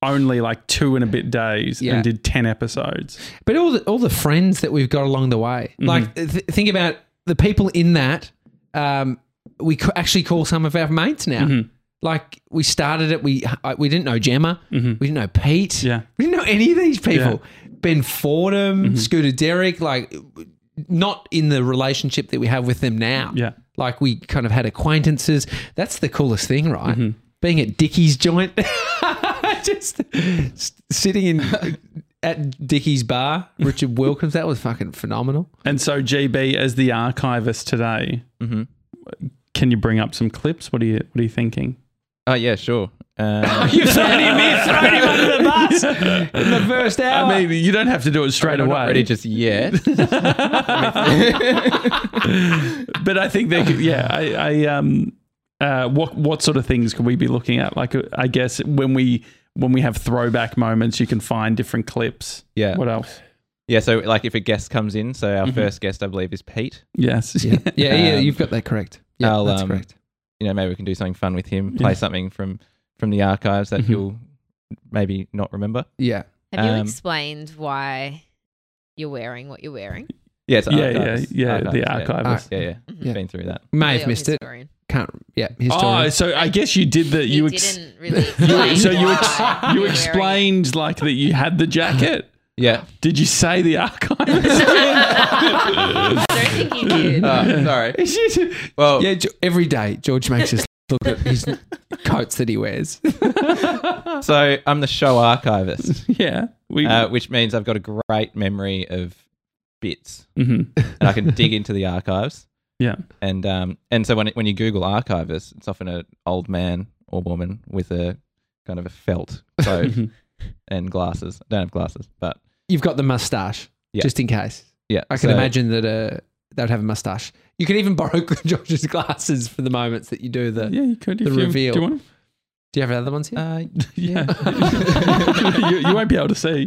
Speaker 7: only like two and a bit days
Speaker 1: Yeah.
Speaker 7: and did ten episodes.
Speaker 1: But all the, all the friends that we've got along the way, like th- think about the people in that. Um, we c- actually call some of our mates now. Like we started it, we I, we didn't know Gemma, we didn't know Pete,
Speaker 7: Yeah.
Speaker 1: we didn't know any of these people. Ben Fordham, Scooter Derrick, like not in the relationship that we have with them now.
Speaker 7: Yeah.
Speaker 1: like we kind of had acquaintances. That's the coolest thing, right? Being at Dickie's joint, just s- sitting in at Dickie's bar, Richard Wilkins. That was fucking phenomenal.
Speaker 7: And so GB as the archivist today,
Speaker 2: Mm-hmm.
Speaker 7: can you bring up some clips? What are you what are you thinking?
Speaker 2: Oh yeah, sure. Um,
Speaker 1: You've thrown him in, thrown him under the bus in the first hour.
Speaker 7: I mean, you don't have to do it straight
Speaker 2: Uh, I'm
Speaker 7: away.
Speaker 2: not ready just yet.
Speaker 7: but I think they could, yeah, I, I um, uh, what what sort of things can we be looking at? Like, uh, I guess when we when we have throwback moments, you can find different clips.
Speaker 2: Yeah.
Speaker 7: What else?
Speaker 2: Yeah, so like if a guest comes in, so
Speaker 7: Mm-hmm.
Speaker 2: our first guest I believe is Pete.
Speaker 7: Yes.
Speaker 1: yeah, yeah, yeah,
Speaker 2: Um,
Speaker 1: you've got that correct. Yeah,
Speaker 2: I'll,
Speaker 1: that's
Speaker 2: um,
Speaker 1: correct.
Speaker 2: You know, maybe we can do something fun with him, play
Speaker 7: Yeah. Mm-hmm.
Speaker 2: something from from the archives that he'll maybe not remember.
Speaker 1: Yeah,
Speaker 8: Have you
Speaker 2: Um,
Speaker 8: explained why you're wearing what you're wearing?
Speaker 2: Yeah, it's
Speaker 7: Yeah,
Speaker 2: archives.
Speaker 7: yeah, yeah, the
Speaker 2: Archives,
Speaker 7: archivist.
Speaker 2: Yeah, yeah.
Speaker 8: Mhm.
Speaker 1: Yeah.
Speaker 2: Been through that.
Speaker 1: may
Speaker 8: The
Speaker 1: have
Speaker 8: old
Speaker 1: missed it.
Speaker 8: historian.
Speaker 1: Can't. Yeah. Historian.
Speaker 7: Oh, so I guess you did the you, ex-
Speaker 8: didn't really
Speaker 7: you- so you ex-
Speaker 8: explain
Speaker 7: you
Speaker 8: why.
Speaker 7: explained like that you had the jacket.
Speaker 2: Yeah.
Speaker 7: Did you say the archive?
Speaker 8: I don't think you did.
Speaker 2: Oh, sorry.
Speaker 1: well, yeah. Ge- Every day, George makes us look at his coats that he wears.
Speaker 2: So I'm the show archivist.
Speaker 7: yeah. We-
Speaker 2: uh, which means I've got a great memory of bits,
Speaker 7: Mhm.
Speaker 2: and I can dig into the archives.
Speaker 7: Yeah.
Speaker 2: And um and so when it, when you Google archivist, it's often an old man or woman with a kind of a felt coat
Speaker 7: Mm-hmm.
Speaker 1: Mhm.
Speaker 2: and glasses. I don't have glasses, but
Speaker 1: You've got the mustache,
Speaker 2: Yeah.
Speaker 1: just in case.
Speaker 2: Yeah,
Speaker 1: I can
Speaker 2: so-
Speaker 1: imagine that uh, they would have a mustache. You can even borrow George's glasses for the moments that you do the
Speaker 7: yeah, you could
Speaker 1: the
Speaker 7: if you-
Speaker 1: reveal.
Speaker 7: do you want 'em?
Speaker 1: Do you have other ones here?
Speaker 2: Uh,
Speaker 7: yeah. you, you won't be able to see.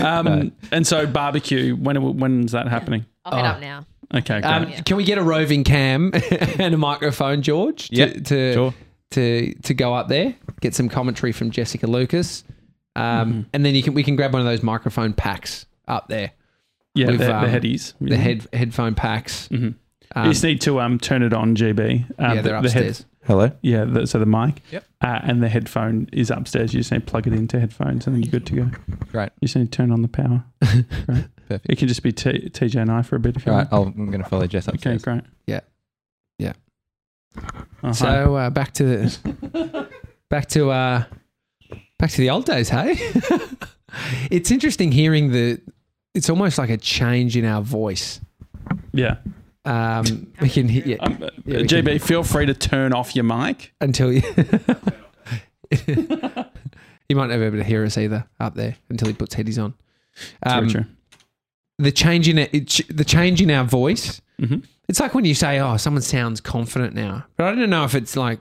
Speaker 7: Um, And so barbecue. When when's that happening?
Speaker 8: I'll head up now.
Speaker 7: Okay. Great.
Speaker 1: Um, Can we get a roving cam and a microphone, George? To,
Speaker 2: Yep,
Speaker 1: to,
Speaker 2: sure.
Speaker 1: to to go up there, get some commentary from Jessica Lucas, um,
Speaker 7: Mm-hmm.
Speaker 1: and then you can we can grab one of those microphone packs up there.
Speaker 7: Yeah,
Speaker 1: With, um,
Speaker 7: the- the headies.
Speaker 1: the
Speaker 7: Yeah.
Speaker 1: head headphone packs.
Speaker 7: you just need to um, turn it on, GB. Um,
Speaker 1: Yeah, they're
Speaker 7: the head-
Speaker 1: upstairs.
Speaker 2: Hello.
Speaker 7: Yeah, the, so the mic.
Speaker 1: Yep.
Speaker 7: Uh, and the headphone is upstairs. You just need to plug it into headphones, and then you're good to go.
Speaker 2: Great.
Speaker 7: You just need to turn on the power. Great.
Speaker 2: Perfect.
Speaker 7: It can just be T- TJ and I for a bit. If you
Speaker 2: All right,
Speaker 7: want.
Speaker 4: oh,
Speaker 2: I'll, I'm going to follow Jess
Speaker 7: Okay,
Speaker 2: upstairs.
Speaker 7: great.
Speaker 1: Oh, Yeah. Yeah.
Speaker 7: Oh, hi.
Speaker 1: So uh, back to the back to uh, back to the old days. Hey, it's interesting hearing the. It's almost like a change in our voice.
Speaker 7: yeah.
Speaker 1: Um, we can hear yeah,
Speaker 7: Um, uh,
Speaker 1: yeah, we can-
Speaker 7: GB, feel free to turn off your mic.
Speaker 1: until you. you might not be able to hear us either up there until he puts headies on. Um,
Speaker 7: true.
Speaker 1: The change in it, it, ch- the change in our voice.
Speaker 7: Mhm.
Speaker 1: It's like when you say, "Oh, someone sounds confident now," but I don't know if it's like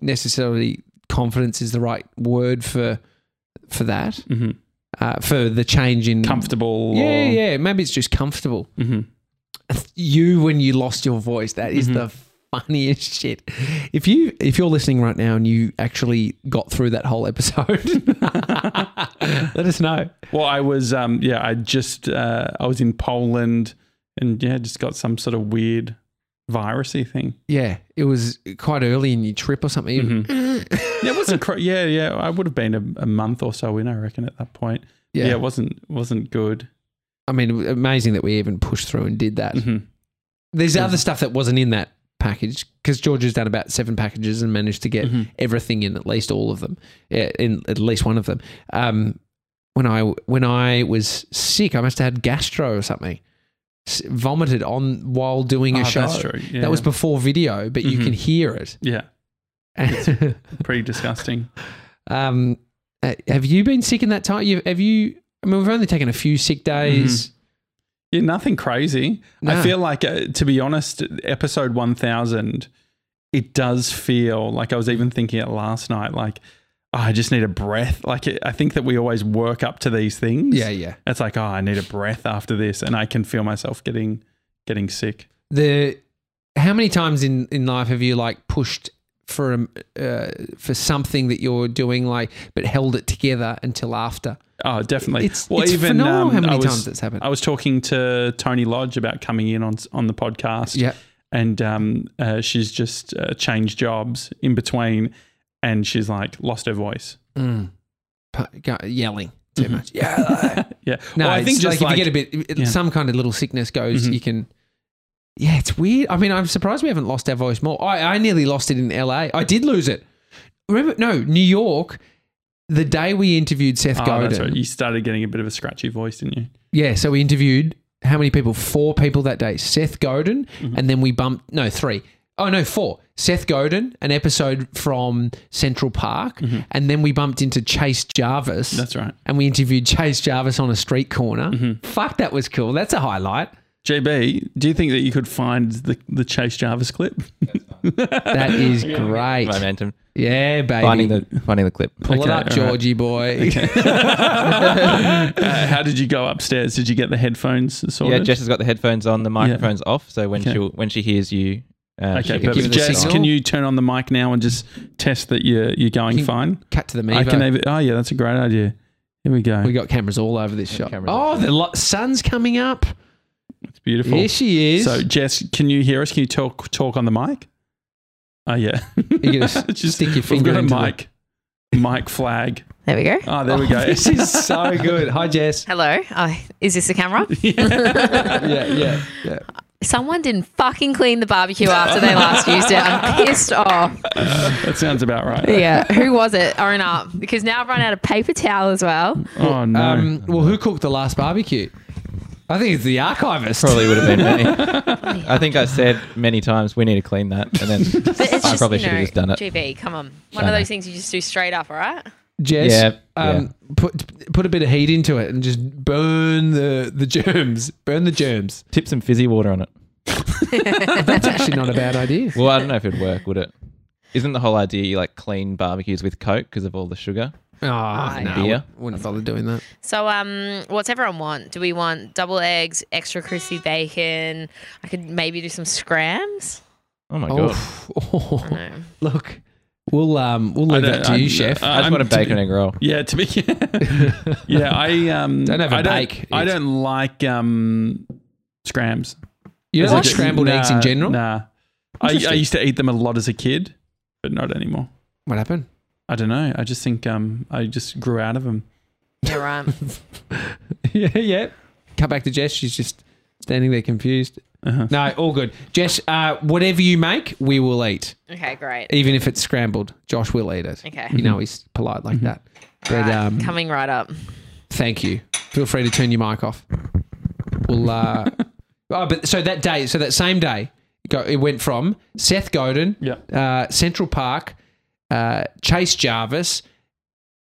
Speaker 1: necessarily confidence is the right word for for that
Speaker 7: Mhm.
Speaker 1: uh, for the change in
Speaker 7: Comfortable.
Speaker 1: Yeah,
Speaker 7: or-
Speaker 1: yeah. Maybe it's just comfortable.
Speaker 7: Mhm.
Speaker 1: You when you lost your voice, that is
Speaker 7: Mm-hmm.
Speaker 1: the funniest shit. If you if you're listening right now and you actually got through that whole episode, let us know.
Speaker 7: Well, I was, um, yeah, I just, uh, I was in Poland and yeah, just got some sort of weird virusy thing.
Speaker 1: Yeah, it was quite early in your trip or something.
Speaker 7: Yeah, it wasn't, cra- yeah, yeah, I would have been a, a month or so in, I reckon, at that point.
Speaker 1: Yeah.
Speaker 7: Yeah, it wasn't, wasn't good.
Speaker 1: I mean, amazing that we even pushed through and did that.
Speaker 7: Mhm.
Speaker 1: There's other stuff that wasn't in that package because George has done about seven packages and managed to get
Speaker 7: Mhm.
Speaker 1: everything in at least all of them, yeah, in at least one of them. Um, when I when I was sick, I must have had gastro or something. S- vomited on while doing a
Speaker 7: Oh,
Speaker 1: show.
Speaker 7: that's true. Yeah.
Speaker 1: That was before video, but you
Speaker 7: Mhm.
Speaker 1: can hear it.
Speaker 7: Yeah, pretty disgusting.
Speaker 1: Um, uh, have you been sick in that time? You, have you? I mean, we've only taken a few sick days.
Speaker 7: Mm-hmm. Yeah, nothing crazy.
Speaker 1: No.
Speaker 7: I feel like, uh, to be honest, episode 1000, it does feel like I was even thinking it last night, like, oh, I just need a breath. Like, it, I think that we always work up to these things.
Speaker 1: Yeah, yeah.
Speaker 7: It's like, oh, I need a breath after this. And I can feel myself getting getting sick.
Speaker 1: the how many times in in life have you like pushed for um, uh, for something that you're doing like but held it together until after
Speaker 7: Oh, definitely. um,
Speaker 1: It's- it's phenomenal how many times it's happened.
Speaker 7: I was talking to Tony Lodge about coming in on on the podcast.
Speaker 1: Yeah.
Speaker 7: and um, uh, she's just uh, changed jobs in between, and she's like lost her voice.
Speaker 1: Mm. Pu- go- yelling too much yeah no
Speaker 7: Yeah, Mm-hmm. Well, I think just
Speaker 1: like, if you get a bit it-
Speaker 7: Yeah. Mm-hmm.
Speaker 1: some kind of little sickness goes you can yeah it's weird i mean i'm surprised we haven't lost our voice more i, I nearly lost it in la i did lose it remember no new york the day we interviewed seth
Speaker 7: Oh,
Speaker 1: godin
Speaker 7: that's right. You started getting a bit of a scratchy voice, didn't you?
Speaker 1: Yeah, so we interviewed how many people? Four people that day. Seth Godin,
Speaker 7: Mm-hmm.
Speaker 1: and then we bumped no three. Oh no, four. Seth Godin, an episode from Central Park, and then we bumped into Chase Jarvis.
Speaker 7: Mm-hmm. That's Mm-hmm. right.
Speaker 1: And we interviewed Chase Jarvis on a street corner. Fuck, that was cool. That's a highlight.
Speaker 7: JB, do you think that you could find the, the Chase Jarvis clip?
Speaker 1: That is great.
Speaker 2: Momentum.
Speaker 1: Yeah, baby.
Speaker 2: Finding the finding the clip.
Speaker 1: Pull it
Speaker 7: Okay,
Speaker 1: up,
Speaker 7: all right.
Speaker 1: Georgie boy.
Speaker 7: Uh, how did you go upstairs? Did you get the headphones
Speaker 2: Yeah,
Speaker 7: sorted?
Speaker 2: Jess has got the headphones on, the microphone's off, so when
Speaker 7: Okay.
Speaker 2: she when she hears you, uh, she
Speaker 7: Okay,
Speaker 2: can
Speaker 7: but
Speaker 2: give you the
Speaker 7: Jess,
Speaker 2: signal.
Speaker 7: can you turn on the mic now and just test that you're you're going
Speaker 1: Can-
Speaker 7: fine?
Speaker 1: Cut to the
Speaker 7: I can.
Speaker 1: Mevo.
Speaker 7: Even, oh yeah, that's a great idea. Here we go.
Speaker 1: We got cameras all over this shop.
Speaker 2: cameras
Speaker 1: Oh, the lo- sun's coming up.
Speaker 7: It's beautiful.
Speaker 1: Here she is.
Speaker 7: So Jess, can you hear us? Can you talk talk on the mic? Oh yeah.
Speaker 1: You get to
Speaker 7: Just
Speaker 1: stick your finger
Speaker 7: We've
Speaker 1: into
Speaker 7: got a
Speaker 1: the-
Speaker 7: mic. mic flag.
Speaker 9: There we go.
Speaker 7: Oh, there we go.
Speaker 1: This is so good. Hi, Jess.
Speaker 9: Hello. Oh, is this the camera?
Speaker 1: Yeah, yeah, yeah.
Speaker 9: Someone didn't fucking clean the barbecue after they last used it. I'm pissed off.
Speaker 7: That sounds about right.
Speaker 9: Yeah. Who was it? Own up. Because now I've run out of paper towel as well.
Speaker 7: Oh no.
Speaker 1: Um, well, who cooked the last barbecue? I think it's the archivist.
Speaker 4: Probably would have been me. I think I said many times we need to clean that, and then
Speaker 9: But it's
Speaker 4: I
Speaker 9: just,
Speaker 4: probably
Speaker 9: you
Speaker 4: should
Speaker 9: know,
Speaker 4: have just done it.
Speaker 9: GB, come on. One
Speaker 4: I
Speaker 9: of
Speaker 4: know.
Speaker 9: those things you just do straight up, all right?
Speaker 1: Jess,
Speaker 4: Yeah,
Speaker 1: um, put put a bit of heat into it and just burn the the germs. Burn the germs.
Speaker 4: Tip some fizzy water on it.
Speaker 1: That's actually not a bad idea.
Speaker 4: Well, I don't know if it'd work, would it? Isn't the whole idea you like clean barbecues with Coke because of all the sugar?
Speaker 1: Oh, no,
Speaker 4: Beer?
Speaker 1: wouldn't bother doing that.
Speaker 9: So, um, what's everyone want? Do we want double eggs, extra crispy bacon? I could maybe do some scrams.
Speaker 4: Oh my
Speaker 1: Oh,
Speaker 4: god!
Speaker 1: Look, we'll um we'll leave that to you, chef.
Speaker 7: Uh,
Speaker 4: I just want a bacon egg roll.
Speaker 7: Yeah, to be yeah, I um
Speaker 1: Don't have a
Speaker 7: I don't,
Speaker 1: bake.
Speaker 7: I
Speaker 1: It's-
Speaker 7: don't like um scrams.
Speaker 1: You don't
Speaker 7: As
Speaker 1: like
Speaker 7: a kid-
Speaker 1: scrambled eggs in
Speaker 7: nah,
Speaker 1: general?
Speaker 7: Nah, I, I
Speaker 1: Interesting.
Speaker 7: used to eat them a lot as a kid, but not anymore.
Speaker 1: What happened?
Speaker 7: I don't know. I just think um I just grew out of them.
Speaker 9: Yeah, right.
Speaker 1: yeah, yeah. Cut back to Jess. She's just standing there confused. No, all good. Jess, uh, whatever you make, we will eat.
Speaker 9: Okay, great.
Speaker 1: Even if it's scrambled, Josh will eat it.
Speaker 9: Okay.
Speaker 1: You know, he's polite like that. But
Speaker 9: Right,
Speaker 1: um,
Speaker 9: coming right up.
Speaker 1: thank you. Feel free to turn your mic off. We'll. Uh, oh, but so that day, so that same day, go, it went from Seth Godin, uh, Central Park, uh, Chase Jarvis.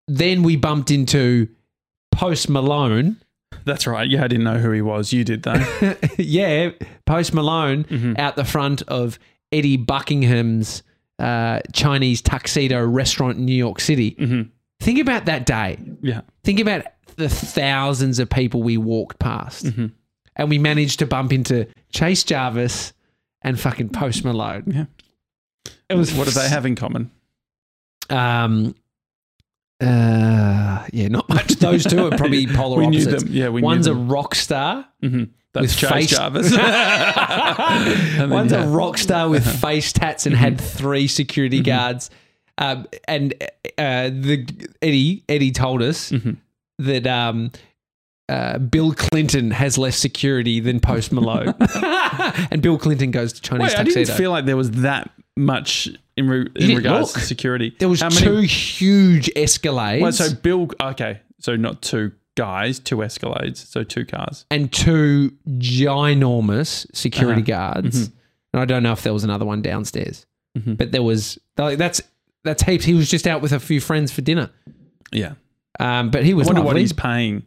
Speaker 1: Then we bumped into Post Malone.
Speaker 7: That's right. Yeah, I didn't know who he was. You did though.
Speaker 1: yeah, Post Malone
Speaker 7: Mm-hmm.
Speaker 1: out the front of Eddie Buckingham's uh, Chinese tuxedo restaurant in New York City.
Speaker 7: Mm-hmm.
Speaker 1: Think about that day.
Speaker 7: Yeah.
Speaker 1: Think about the thousands of people we walked past.
Speaker 7: Mm-hmm.
Speaker 1: And we managed to bump into Chase Jarvis and fucking Post Malone.
Speaker 7: Yeah.
Speaker 1: It was
Speaker 7: what do they have in common?
Speaker 1: Um, uh, yeah, not much. Those two are probably polar
Speaker 7: We knew
Speaker 1: opposites.
Speaker 7: them. Yeah, we knew
Speaker 1: One's a
Speaker 7: them.
Speaker 1: rock star.
Speaker 7: Mm-hmm. That's
Speaker 1: With
Speaker 7: Chase
Speaker 1: face-
Speaker 7: Jarvis. And then,
Speaker 1: One's
Speaker 7: yeah.
Speaker 1: a rock star with face tats and had three
Speaker 7: Mm-hmm.
Speaker 1: security guards. Um, and uh, the Eddie Eddie told us
Speaker 7: Mm-hmm.
Speaker 1: that um, uh, Bill Clinton has less security than Post Malone, and Bill Clinton goes to Chinese
Speaker 7: Wait, I
Speaker 1: tuxedo.
Speaker 7: didn't feel like there was that much in, re- in
Speaker 1: didn't
Speaker 7: regards
Speaker 1: look.
Speaker 7: to security.
Speaker 1: there was
Speaker 7: How many-
Speaker 1: two huge Escalades
Speaker 7: Well, so Bill. Okay, so not two guys, two Escalades, so two cars.
Speaker 1: and two ginormous security
Speaker 7: Uh-huh.
Speaker 1: guards,
Speaker 7: Mhm.
Speaker 1: and I don't know if there was another one downstairs,
Speaker 7: Mhm.
Speaker 1: but there was. Like, that's that's heaps. He was just out with a few friends for dinner.
Speaker 7: Yeah,
Speaker 1: Um, but he
Speaker 7: I
Speaker 1: was
Speaker 7: wonder what
Speaker 1: lovely.
Speaker 7: he's paying.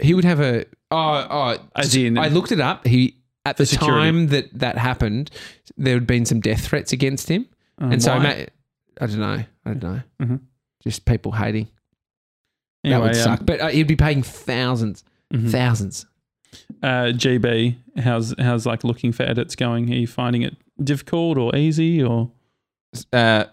Speaker 1: He would have a oh oh.
Speaker 7: As in-
Speaker 1: I looked it up. He at
Speaker 7: For
Speaker 1: the
Speaker 7: security.
Speaker 1: time that that happened, there had been some death threats against him,
Speaker 7: Oh,
Speaker 1: and so I,
Speaker 7: why?
Speaker 1: ma- I don't know. I don't know.
Speaker 7: Mhm.
Speaker 1: Just people hating. that
Speaker 7: Anyway,
Speaker 1: would
Speaker 7: um, mm-hmm.
Speaker 1: suck. But uh, he'd be paying 1000s thousands.
Speaker 7: Uh, GB, how's how's like looking for edits going? Are you finding it difficult or easy or
Speaker 4: Uh,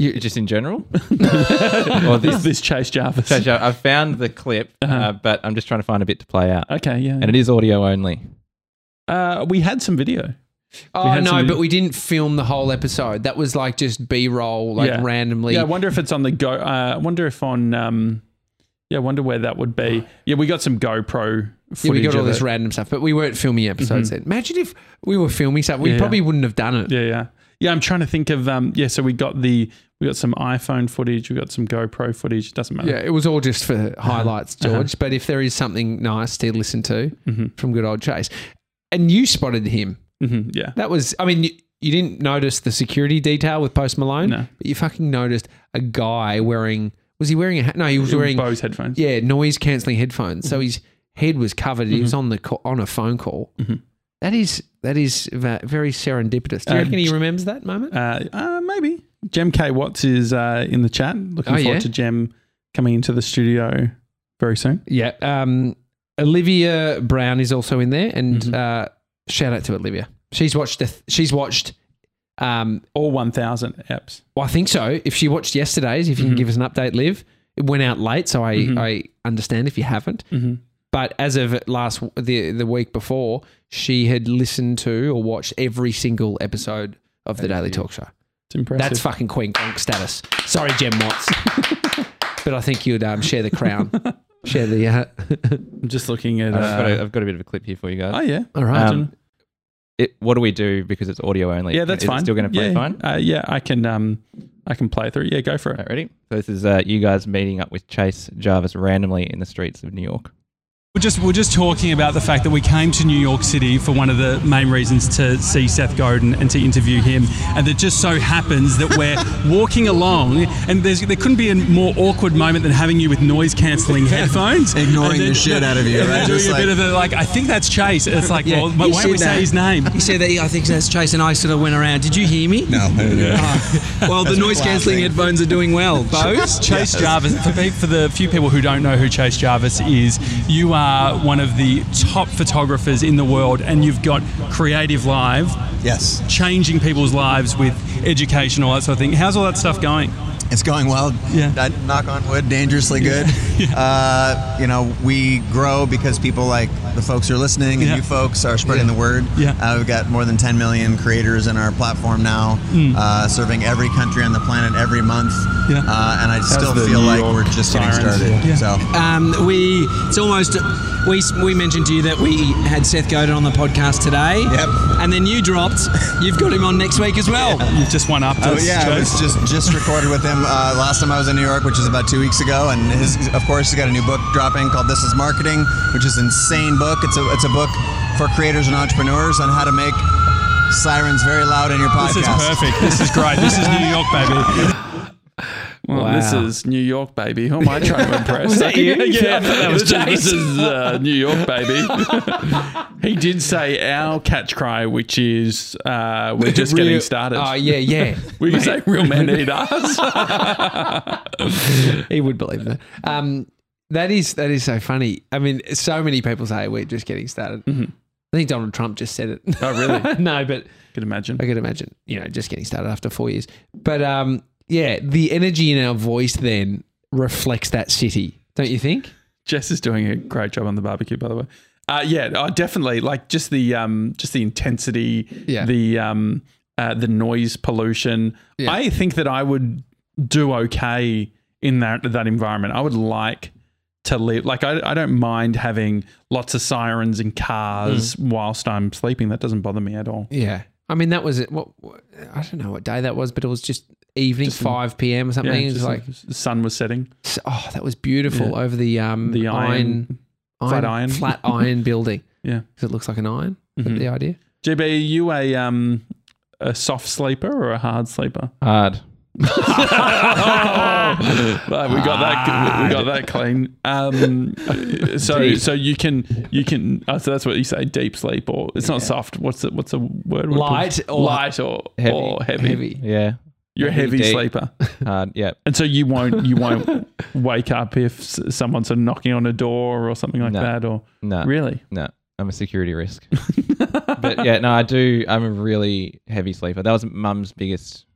Speaker 4: just in general, or
Speaker 7: this,
Speaker 4: this,
Speaker 7: this Chase Jarvis?
Speaker 4: So, Joe, I found the clip,
Speaker 7: Uh-huh.
Speaker 4: uh but I'm just trying to find a bit to play out.
Speaker 7: Okay, yeah.
Speaker 4: And it is audio only.
Speaker 7: Uh, we had some video. We
Speaker 1: Oh
Speaker 7: had
Speaker 1: no,
Speaker 7: some-
Speaker 1: but we didn't film the whole episode. That was like just B roll, like
Speaker 7: Yeah.
Speaker 1: randomly.
Speaker 7: Yeah, I wonder if it's on the go. Uh, I wonder if on. Um, yeah, I wonder where that would be. Yeah, we got some GoPro footage.
Speaker 1: Yeah, we got all
Speaker 7: of
Speaker 1: this
Speaker 7: it.
Speaker 1: random stuff, but we weren't filming episodes
Speaker 7: Mhm.
Speaker 1: then. Imagine if we were filming stuff, we
Speaker 7: Yeah.
Speaker 1: probably wouldn't have done it.
Speaker 7: Yeah, yeah, yeah. I'm trying to think of um. Yeah, so we got the we got some iPhone footage. We got some GoPro footage. Doesn't matter.
Speaker 1: Yeah, it was all just for highlights,
Speaker 7: Uh-huh.
Speaker 1: George. But if there is something nice to listen to
Speaker 7: Mhm.
Speaker 1: from good old Chase, and you spotted him,
Speaker 7: Mhm, yeah.
Speaker 1: that was. I mean, you, you didn't notice the security detail with Post Malone,
Speaker 7: No.
Speaker 1: but you fucking noticed a guy wearing. Was he wearing a hat? No, he was wearing
Speaker 7: Bose headphones.
Speaker 1: Yeah, noise cancelling headphones.
Speaker 7: Mm-hmm.
Speaker 1: So his head was covered. He was on the co- on a phone call.
Speaker 7: Mm-hmm.
Speaker 1: That is that is va- very serendipitous. Do you
Speaker 7: Uh,
Speaker 1: reckon he remembers that moment?
Speaker 7: Uh, uh, maybe Gem K Watts is uh, in the chat. Looking
Speaker 1: Oh,
Speaker 7: forward
Speaker 1: yeah?
Speaker 7: to Gem coming into the studio very soon.
Speaker 1: Yeah. Um, Olivia Brown is also in there, and uh, shout out to Olivia. She's watched. The th- she's watched. Um,
Speaker 7: All 1,000 apps.
Speaker 1: well, I think so. If she watched yesterday's, if you can give us an update, Liv. It went out late, so I, I understand if you haven't.
Speaker 2: Mm-hmm.
Speaker 7: Mhm.
Speaker 1: But as of last the the week before, she had listened to or watched every single episode of the Daily Talk Show.
Speaker 7: It's impressive.
Speaker 1: That's fucking Queen Gronk status. Sorry, Jem Watts. but I think you'd um, share the crown. share the. Uh,
Speaker 7: I'm just looking at.
Speaker 2: I've, got a,
Speaker 7: Uh,
Speaker 2: I've got a bit of a clip here for you guys.
Speaker 7: oh yeah.
Speaker 1: All right.
Speaker 2: Um, it, what do we do because it's audio only?
Speaker 7: yeah, that's
Speaker 2: Is it
Speaker 7: fine.
Speaker 2: still going to play
Speaker 7: yeah.
Speaker 2: fine?
Speaker 7: Uh, yeah, I can. Um, I can play through. Yeah, go for it.
Speaker 2: All right, ready? So this is uh, you guys meeting up with Chase Jarvis randomly in the streets of New York.
Speaker 18: We're just, we're just talking about the fact that we came to New York City for one of the main reasons to see Seth Godin and to interview him. And it just so happens that we're walking along, and there's, there couldn't be a more awkward moment than having you with noise cancelling headphones.
Speaker 11: Ignoring
Speaker 18: And
Speaker 11: the shit out of you,
Speaker 18: and then
Speaker 11: right?
Speaker 18: Doing
Speaker 11: Just
Speaker 18: a
Speaker 11: like-
Speaker 18: bit of the, like, I think that's Chase. It's like,
Speaker 11: Yeah,
Speaker 18: well, but
Speaker 11: you
Speaker 18: why don't
Speaker 11: said
Speaker 18: we
Speaker 11: that.
Speaker 18: say his name?
Speaker 11: He said that, yeah, I think that's Chase, and I sort of went around. Did you hear me? No.
Speaker 18: Well,
Speaker 11: the noise cancelling
Speaker 18: headphones are doing well. Bose? Chase Jarvis. For, pe- for the few people who don't know who Chase Jarvis is, you are one of the top photographers in the world, and you've got Creative Live. Yes. Changing people's lives with education, all that sort of thing. How's all that stuff going?
Speaker 11: It's going well. Uh,
Speaker 18: Yeah.
Speaker 11: knock on wood, dangerously good. Uh, you know, we grow because people like the folks who are listening and
Speaker 18: Yeah.
Speaker 11: you folks are spreading
Speaker 18: Yeah.
Speaker 11: the word.
Speaker 18: Yeah.
Speaker 11: Uh, we've got more than 10 million creators in our platform now,
Speaker 18: Mm.
Speaker 11: uh, serving every country on the planet every month.
Speaker 18: Yeah.
Speaker 11: Uh, and I still
Speaker 18: the
Speaker 11: feel
Speaker 18: New
Speaker 11: like
Speaker 18: York
Speaker 11: we're just getting
Speaker 18: sirens,
Speaker 11: started.
Speaker 18: yeah.
Speaker 11: So.
Speaker 18: Um,
Speaker 11: we
Speaker 18: it's almost
Speaker 11: we we mentioned to you that
Speaker 18: we
Speaker 11: had Seth Godin on the podcast today. Yep. And then you dropped. You've got him on next week as well.
Speaker 18: You've just one up.
Speaker 11: Oh yeah, I was just just recorded with him uh, last time I was in New York, which was about two weeks ago. And his, of course, he's got a new book dropping called "This Is Marketing," which is an insane book. It's a it's a book for creators and entrepreneurs on how to make sirens very loud in your podcast.
Speaker 18: This is perfect. This is great. This is New York, baby.
Speaker 7: Well, this
Speaker 18: Wow.
Speaker 7: is New York, baby. Who am I trying to impress?
Speaker 18: Was that you?
Speaker 7: yeah,
Speaker 18: I thought that was
Speaker 7: this, is-
Speaker 18: Chase.
Speaker 7: this is uh, New York, baby. he did say our catch cry, which is uh, "We're just
Speaker 1: Real-
Speaker 7: getting started."
Speaker 1: Oh, yeah, yeah.
Speaker 7: we can
Speaker 1: Mate.
Speaker 7: say "Real men need us."
Speaker 1: he would believe that. Um, that is that is so funny. I mean, so many people say we're just getting started. I think Donald Trump just said it.
Speaker 7: Mm-hmm. Oh, really?
Speaker 1: no, but
Speaker 7: could imagine.
Speaker 1: I could imagine. You know, just getting started after four years. But um, yeah, the energy in our voice then reflects that city, don't you think?
Speaker 7: Jess is doing a great job on the barbecue, by the way. Uh, yeah, oh, definitely. Like just the um, just the intensity,
Speaker 1: Yeah.
Speaker 7: the um, uh, the noise pollution. I think that I would do okay in that that environment. I would like to live. Like I, I don't mind having lots of sirens and cars
Speaker 1: Mm.
Speaker 7: whilst I'm sleeping. That doesn't bother me at all.
Speaker 1: Yeah. I mean, that was it. What, what- I don't know what day that was, but it was just evening, five p.m. or something.
Speaker 7: Yeah,
Speaker 1: it was
Speaker 7: just
Speaker 1: like,
Speaker 7: the sun was setting.
Speaker 1: oh, that was beautiful
Speaker 7: Yeah.
Speaker 1: over the um
Speaker 7: The iron- flat iron.
Speaker 1: flat iron Mm-hmm. building.
Speaker 7: Yeah.
Speaker 1: 'Cause it looks like an iron. Is that
Speaker 7: Mhm.
Speaker 1: The idea.
Speaker 7: JB, are you a um, a soft sleeper or a hard sleeper?
Speaker 2: Hard.
Speaker 7: Well, we got that. We got that clean. Um, so
Speaker 1: Deep.
Speaker 7: so you can you can. Uh, so that's what you say. Deep sleep or it's not soft. What's the what's the word? we put?
Speaker 1: Light or-
Speaker 7: light or
Speaker 2: Heavy.
Speaker 7: or heavy.
Speaker 1: Heavy.
Speaker 2: Yeah.
Speaker 7: You're a heavy
Speaker 2: Deep.
Speaker 7: sleeper,
Speaker 2: Hard. Yeah.
Speaker 7: and so you won't you won't wake up if s- someone's sort of knocking on a door or something like
Speaker 2: No.
Speaker 7: that. Or
Speaker 2: No.
Speaker 7: really,
Speaker 2: No. I'm a security risk. but yeah, no, I do. I'm a really heavy sleeper. That was mum's biggest,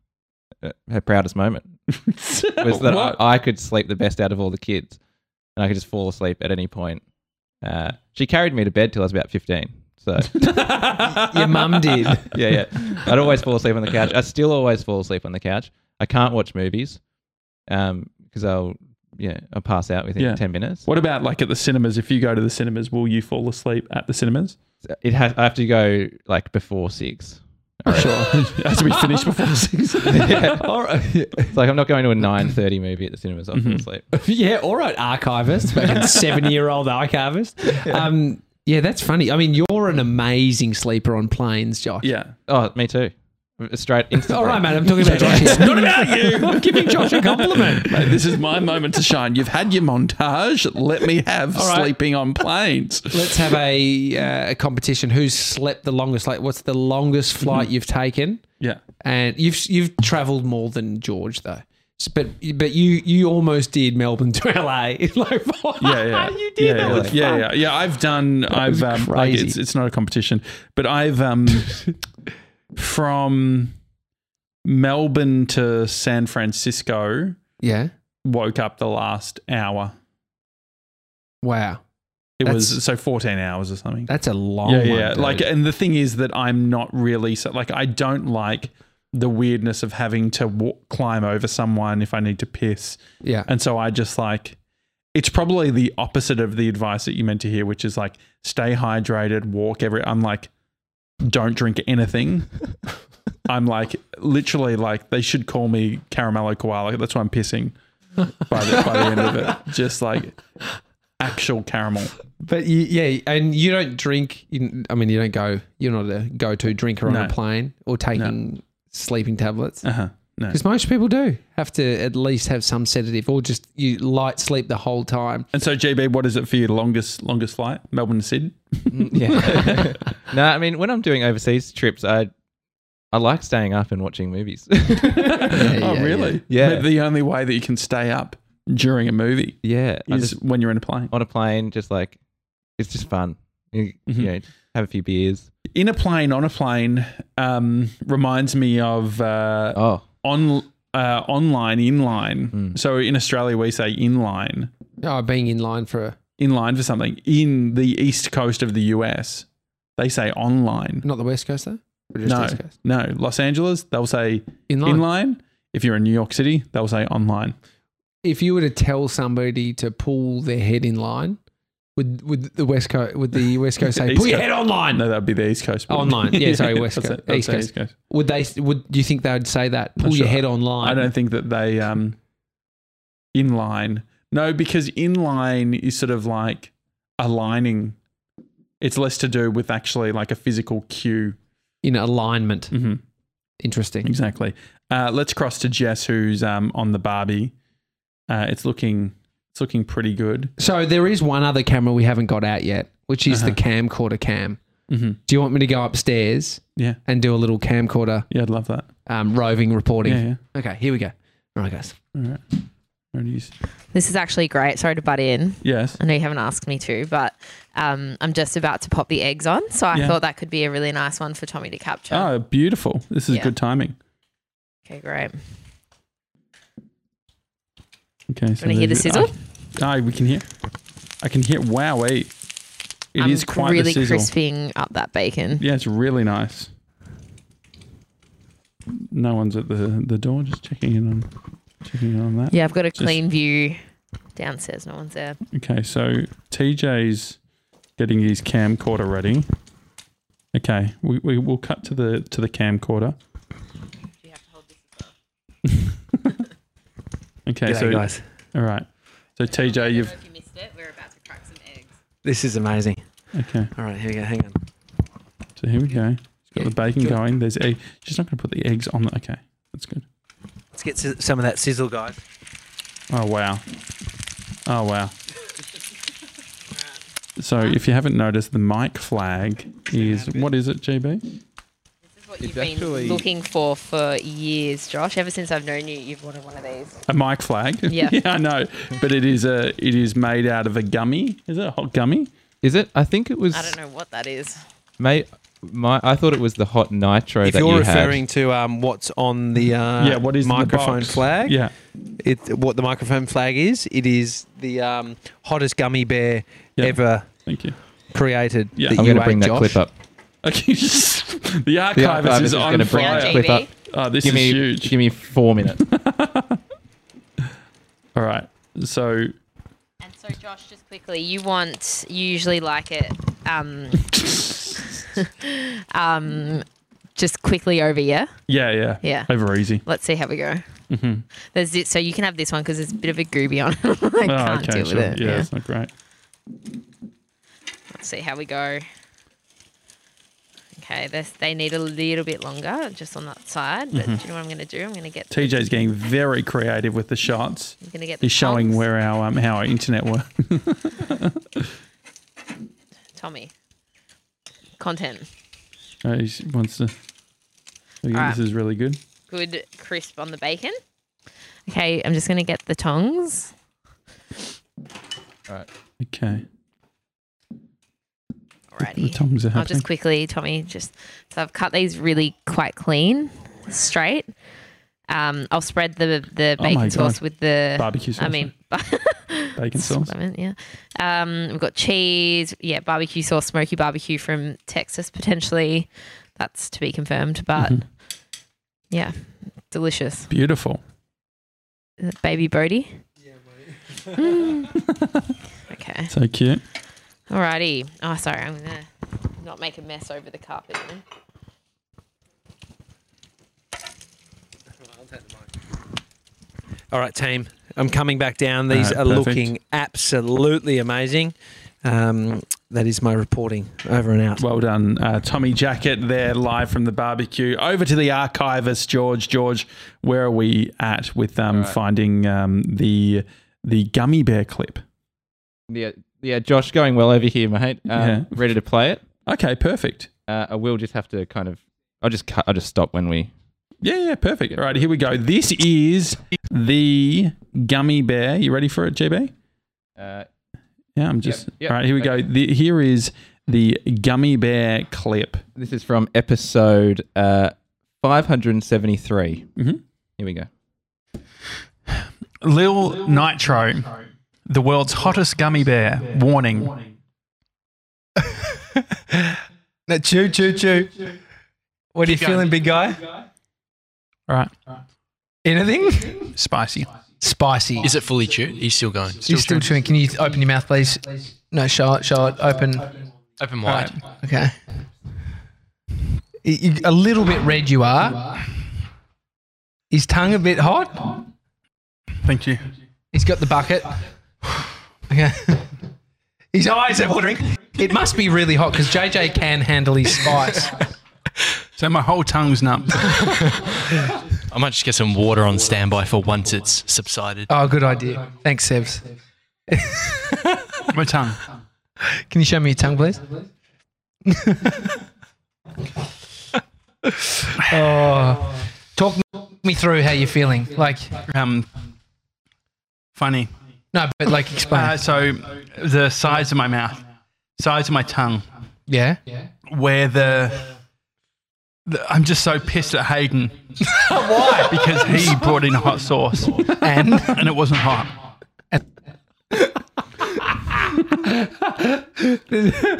Speaker 2: uh, her proudest moment was that I,
Speaker 7: What?
Speaker 2: I could sleep the best out of all the kids, and I could just fall asleep at any point. Uh, she carried me to bed till I was about 15. So
Speaker 1: Your mum did.
Speaker 2: yeah, yeah. I'd always fall asleep on the couch. I still always fall asleep on the couch. I can't watch movies um because I'll yeah I'll pass out within
Speaker 7: Yeah.
Speaker 2: ten minutes.
Speaker 7: what about like at the cinemas? If you go to the cinemas, will you fall asleep at the cinemas?
Speaker 2: It has I have to go like before six. Sure,
Speaker 7: it has to be finished before six.
Speaker 2: yeah.
Speaker 1: All right.
Speaker 2: It's like I'm not going to a nine thirty movie at the cinemas. I'll fall asleep.
Speaker 1: yeah, all right, archivist, fucking seven-year-old archivist. Um, yeah, that's funny. I mean, you're an amazing sleeper on planes, Josh.
Speaker 7: Yeah.
Speaker 2: Oh, me too. Straight instantly.
Speaker 1: All right, mate. I'm talking about Josh.
Speaker 7: It's
Speaker 1: here.
Speaker 7: not about you.
Speaker 1: I'm giving Josh a compliment.
Speaker 7: Mate, this is my moment to shine. You've had your montage. Let me have
Speaker 1: All right.
Speaker 7: sleeping on planes.
Speaker 1: Let's have a, uh, a competition. Who's slept the longest? Like, what's the longest flight you've taken?
Speaker 7: Yeah.
Speaker 1: And you've you've travelled more than George though. S- But but you you almost did Melbourne to LA. like,
Speaker 7: Yeah, yeah.
Speaker 1: you did.
Speaker 7: yeah,
Speaker 1: that
Speaker 7: yeah,
Speaker 1: was
Speaker 7: yeah,
Speaker 1: fun.
Speaker 7: yeah, yeah. I've done. I've
Speaker 1: was
Speaker 7: um, like,
Speaker 1: crazy.
Speaker 7: it's it's not a competition, but I've um from Melbourne to San Francisco.
Speaker 1: Yeah.
Speaker 7: Woke up the last hour.
Speaker 1: Wow.
Speaker 7: It
Speaker 1: That's-
Speaker 7: was so fourteen hours or something.
Speaker 1: That's a long
Speaker 7: yeah, uh,
Speaker 1: one.
Speaker 7: yeah.
Speaker 1: dude.
Speaker 7: Like, and the thing is that I'm not really so, like I don't like the weirdness of having to wa- climb over someone if I need to piss.
Speaker 1: Yeah.
Speaker 7: And so I just like, it's probably the opposite of the advice that you meant to hear, which is like, stay hydrated, walk every. I'm like, don't drink anything. I'm like, literally, like, they should call me Caramello Koala. That's why I'm pissing by the, by the end of it. Just like actual caramel.
Speaker 1: But you, yeah, and you don't drink. You, I mean, you don't go. You're not a go-to drinker on
Speaker 7: No.
Speaker 1: a plane or taking sleeping tablets.
Speaker 7: Uh-huh. No.
Speaker 1: Because most people do have to at least have some sedative, or just you light sleep the whole time.
Speaker 7: And so, JB, what is it for your longest longest flight? Melbourne to Sydney?
Speaker 2: Mm, yeah. no, I mean when I'm doing overseas trips, I I like staying up and watching movies.
Speaker 7: oh, really?
Speaker 2: Yeah.
Speaker 7: Maybe The only way that you can stay up during a movie
Speaker 2: yeah, I
Speaker 7: is
Speaker 2: just-
Speaker 7: when you're in a plane.
Speaker 2: on a plane, just like it's just fun. You, you know, have a few beers.
Speaker 7: In a plane, on a plane, um, reminds me of uh,
Speaker 2: oh.
Speaker 7: on uh, online inline. So in Australia, we say inline,
Speaker 1: Oh, being in line for a,
Speaker 7: inline for something. In the east coast of the US, they say online.
Speaker 1: not the West Coast though. Or just
Speaker 7: No,
Speaker 1: East Coast?
Speaker 7: no. Los Angeles, they'll say
Speaker 1: Inline.
Speaker 7: inline. If you're in New York City, they'll say online.
Speaker 1: If you were to tell somebody to pull their head in line, would would the West Coast would the West Coast say
Speaker 7: East
Speaker 1: pull your
Speaker 7: Co-
Speaker 1: head online?
Speaker 7: No, that'd be the East Coast. wouldn't
Speaker 1: Online,
Speaker 7: it?
Speaker 1: Oh, yeah, sorry, West
Speaker 7: that's
Speaker 1: Coast,
Speaker 7: it, that's
Speaker 1: East
Speaker 7: it,
Speaker 1: Coast. Would they? Would do you think they would say that? Pull
Speaker 7: Not
Speaker 1: your
Speaker 7: sure.
Speaker 1: head online.
Speaker 7: I don't think that they um inline. No, because inline is sort of like aligning. It's less to do with actually like a physical cue.
Speaker 1: In alignment.
Speaker 7: Mm-hmm.
Speaker 1: Interesting.
Speaker 7: Exactly. Uh, let's cross to Jess, who's um, on the Barbie. Uh, it's looking it's looking pretty good.
Speaker 1: So there is one other camera we haven't got out yet, which is
Speaker 7: Uh-huh.
Speaker 1: the camcorder cam.
Speaker 7: Mhm.
Speaker 1: Do you want me to go upstairs?
Speaker 7: Yeah.
Speaker 1: And do a little camcorder.
Speaker 7: Yeah, I'd love that.
Speaker 1: Um, roving reporting.
Speaker 7: Yeah, yeah.
Speaker 1: Okay, here we go. All right, guys.
Speaker 7: All right. Alright, you s-
Speaker 9: This is actually great. Sorry to butt in.
Speaker 7: Yes.
Speaker 9: I know you haven't asked me to, but um, I'm just about to pop the eggs on. So I
Speaker 7: Yeah.
Speaker 9: thought that could be a really nice one for Tommy to capture.
Speaker 7: Oh, beautiful. This is
Speaker 9: Yeah.
Speaker 7: good timing.
Speaker 9: Okay, great.
Speaker 7: Okay. So
Speaker 9: Wanna hear the
Speaker 7: there's- I,
Speaker 9: sizzle?
Speaker 7: I- Ah, we can hear. I can hear. Wow, it is
Speaker 9: I'm
Speaker 7: quite the
Speaker 9: really
Speaker 7: sizzle.
Speaker 9: crisping up that bacon.
Speaker 7: Yeah, it's really nice. No one's at the, the door. Just checking in on checking in on that.
Speaker 9: Yeah, I've got a
Speaker 7: Just-
Speaker 9: clean view downstairs. No one's there.
Speaker 7: Okay, so TJ's getting his camcorder ready. Okay, we, we will cut to the to the camcorder. okay,
Speaker 19: G'day,
Speaker 7: so
Speaker 19: guys.
Speaker 7: All right, so TJ, you've
Speaker 19: This is amazing.
Speaker 7: okay.
Speaker 19: All right, here we go. Hang on.
Speaker 7: So here we go. It's got the bacon
Speaker 19: good.
Speaker 7: going. There's egg. She's not going to put the eggs on. The, okay, that's good.
Speaker 19: Let's get si- some of that sizzle, guys.
Speaker 7: Oh wow. Oh wow. So if you haven't noticed, the mic flag is what is it, GB?
Speaker 9: You've been looking for for years, Josh. Ever since I've known you, you've wanted one of these.
Speaker 7: A mic flag.
Speaker 9: Yeah.
Speaker 7: yeah, I know. But it is a it is made out of a gummy. Is it a hot gummy?
Speaker 2: Is it? I think it was.
Speaker 9: I don't know what that is.
Speaker 2: Mate, my I thought it was the hot nitro
Speaker 19: If
Speaker 2: that
Speaker 19: you're
Speaker 2: you had.
Speaker 19: referring to um, what's on the uh,
Speaker 2: Yeah, what is in the
Speaker 19: microphone
Speaker 2: box?
Speaker 19: flag?
Speaker 2: Yeah.
Speaker 19: it what the microphone flag is? It is the um, hottest gummy bear ever.
Speaker 7: Thank you.
Speaker 19: Created.
Speaker 7: Yeah.
Speaker 19: that
Speaker 7: I'm
Speaker 19: you
Speaker 7: gonna
Speaker 19: ate,
Speaker 7: bring that
Speaker 19: Josh.
Speaker 7: clip up. Okay. the archivist, is,
Speaker 2: archivist is
Speaker 7: on
Speaker 2: gonna bring
Speaker 7: fire.
Speaker 2: that clip up.
Speaker 7: Oh, this
Speaker 2: Give
Speaker 7: is
Speaker 2: me-
Speaker 7: huge.
Speaker 2: give me four minutes.
Speaker 7: All right. So
Speaker 9: So Josh, just quickly, you want you usually like it. Um, um, just quickly over, yeah.
Speaker 7: yeah, yeah,
Speaker 9: Yeah.
Speaker 7: Over easy.
Speaker 9: Let's see how we go.
Speaker 7: Mhm.
Speaker 9: There's it, so you can have this one because there's a bit of a gooby on. it. I
Speaker 7: Oh,
Speaker 9: can't
Speaker 7: okay,
Speaker 9: deal
Speaker 7: sure.
Speaker 9: with it.
Speaker 7: Yeah,
Speaker 9: Yeah.
Speaker 7: it's not great.
Speaker 9: Let's see how we go. Okay, this, they need a little bit longer just on that side. But
Speaker 7: Mhm.
Speaker 9: do you know what I'm going to do? I'm going to get the-
Speaker 7: TJ's getting very creative with the shots.
Speaker 9: I'm gonna get the
Speaker 7: He's showing where our um, how our internet works.
Speaker 9: Tommy content.
Speaker 7: Uh, he wants to. There you go,
Speaker 9: Alright.
Speaker 7: This is really good.
Speaker 9: Good crisp on the bacon. Okay, I'm just going to get the tongs.
Speaker 2: All right.
Speaker 7: Okay.
Speaker 9: Alrighty.
Speaker 7: The tongs are
Speaker 9: I'll
Speaker 7: happening.
Speaker 9: just quickly, Tommy, just so I've cut these really quite clean, straight. Um, I'll spread the the
Speaker 7: Oh
Speaker 9: bacon
Speaker 7: my
Speaker 9: sauce
Speaker 7: God.
Speaker 9: with the
Speaker 7: Barbecue sauce,
Speaker 9: I mean,
Speaker 7: Bacon sauce.
Speaker 9: supplement, yeah. Um, we've got cheese, yeah, barbecue sauce, smoky
Speaker 7: Mm-hmm.
Speaker 9: barbecue from Texas potentially. That's to be confirmed, but Yeah, delicious.
Speaker 7: Beautiful.
Speaker 9: Is it Baby Bodie. Yeah, okay.
Speaker 7: So cute.
Speaker 9: Alrighty. Oh, sorry. I'm gonna not make a mess over the carpet. you know?
Speaker 1: All right, team. I'm coming back down. These
Speaker 19: All right,
Speaker 1: are
Speaker 19: perfect.
Speaker 1: looking absolutely amazing. Um, that is my reporting. Over and out.
Speaker 7: Well done, uh, Tommy Jacket. There, live from the barbecue. Over to the archivist, George. George, where are we at with um,
Speaker 20: All right.
Speaker 7: finding um, the the gummy bear clip?
Speaker 20: Yeah, yeah. Josh, going well over here, mate. Um,
Speaker 2: Uh,
Speaker 7: Yeah.
Speaker 20: Ready to play it?
Speaker 7: Okay, perfect.
Speaker 20: Uh, I will just have to kind of. I'll just cut. I'll just stop when we.
Speaker 7: Yeah, yeah, perfect. All right, here we go. This is the gummy bear. You ready for it, GB?
Speaker 20: Uh,
Speaker 7: Yeah, I'm just.
Speaker 20: yep,
Speaker 7: All right, here we go. The, here is the gummy bear clip.
Speaker 20: this is from episode uh, 573.
Speaker 1: Mm-hmm.
Speaker 7: Mhm.
Speaker 20: Here we go.
Speaker 10: Lil Nitro, the world's hottest gummy bear. Warning.
Speaker 19: No, chew, chew, chew. What are you
Speaker 10: Keep going.
Speaker 19: feeling, big guy?
Speaker 10: All right.
Speaker 19: Anything?
Speaker 10: Spicy.
Speaker 15: Spicy. Is it fully chewed? He's still going.
Speaker 10: Still
Speaker 15: He's still chewing. Can you open your mouth, please? No, show it, show it. Open.
Speaker 10: Open
Speaker 15: wide.
Speaker 10: Okay.
Speaker 15: You- you- a little bit red you are. His tongue a bit hot.
Speaker 10: Thank you.
Speaker 15: He's got the bucket. Okay. His eyes are watering. It must be really hot because JJ can handle his spice.
Speaker 10: So my whole tongue's numb.
Speaker 13: I might just get some water on standby for once it's subsided.
Speaker 15: Oh, good idea. Thanks, Sebs.
Speaker 10: My tongue.
Speaker 15: Can you show me your tongue, please? oh, talk me through how you're feeling. Like,
Speaker 10: um, funny.
Speaker 15: No, but like explain.
Speaker 10: Uh, so the size of my mouth, size of my tongue,
Speaker 15: yeah.
Speaker 10: where the, the I'm just so pissed at Hayden. Why? Because he brought in a hot sauce
Speaker 15: and
Speaker 10: and it wasn't hot.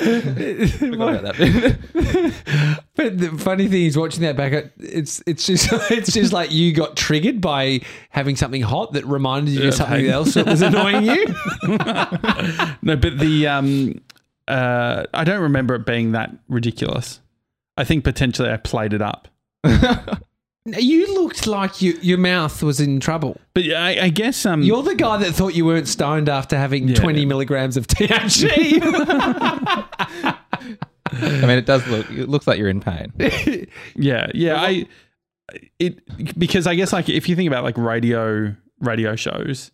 Speaker 1: about but the funny thing is, watching that back, it- it's it's just it's just like you got triggered by having something hot that reminded you of something
Speaker 7: hey.
Speaker 1: else that was annoying you.
Speaker 7: No, but the um, uh, I don't remember it being that ridiculous. I think potentially I played it up.
Speaker 1: You looked like you, your mouth was in trouble.
Speaker 7: But I, I guess um,
Speaker 1: you're the guy that thought you weren't stoned after having 20 milligrams of THC.
Speaker 20: I mean, it does look. It looks like you're in pain.
Speaker 7: Yeah, yeah. I it because I guess like if you think about like radio radio shows,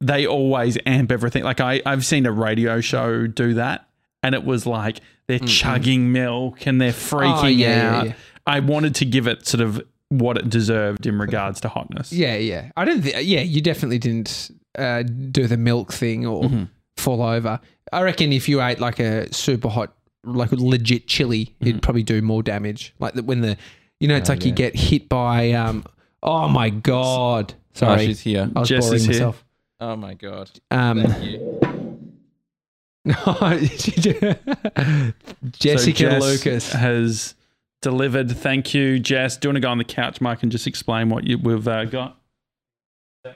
Speaker 7: they always amp everything. Like I I've seen a radio show do that, and it was like they're chugging milk and they're freaking
Speaker 1: Mm-hmm. Oh, yeah, yeah,
Speaker 7: out.
Speaker 1: yeah.
Speaker 7: I wanted to give it sort of what it deserved in regards to hotness.
Speaker 1: yeah, yeah. I don't think, yeah, you definitely didn't uh, do the milk thing or
Speaker 20: Mm-hmm.
Speaker 1: fall over. I reckon if you ate like a super hot, like legit chili,
Speaker 20: Mm-hmm.
Speaker 1: it'd probably do more damage. Like the, when the, you know,
Speaker 20: Oh,
Speaker 1: it's like you get hit by, um, oh my God. Sorry.
Speaker 20: Josh is here.
Speaker 1: I was boring myself.
Speaker 20: Oh my god.
Speaker 1: Um,
Speaker 20: Thank you.
Speaker 1: Jessica
Speaker 7: So Jess
Speaker 1: Lucas.
Speaker 7: has delivered. Thank you, Jess. Do you want to go on the couch, Mike, and just explain what you, we've uh, got?
Speaker 1: Do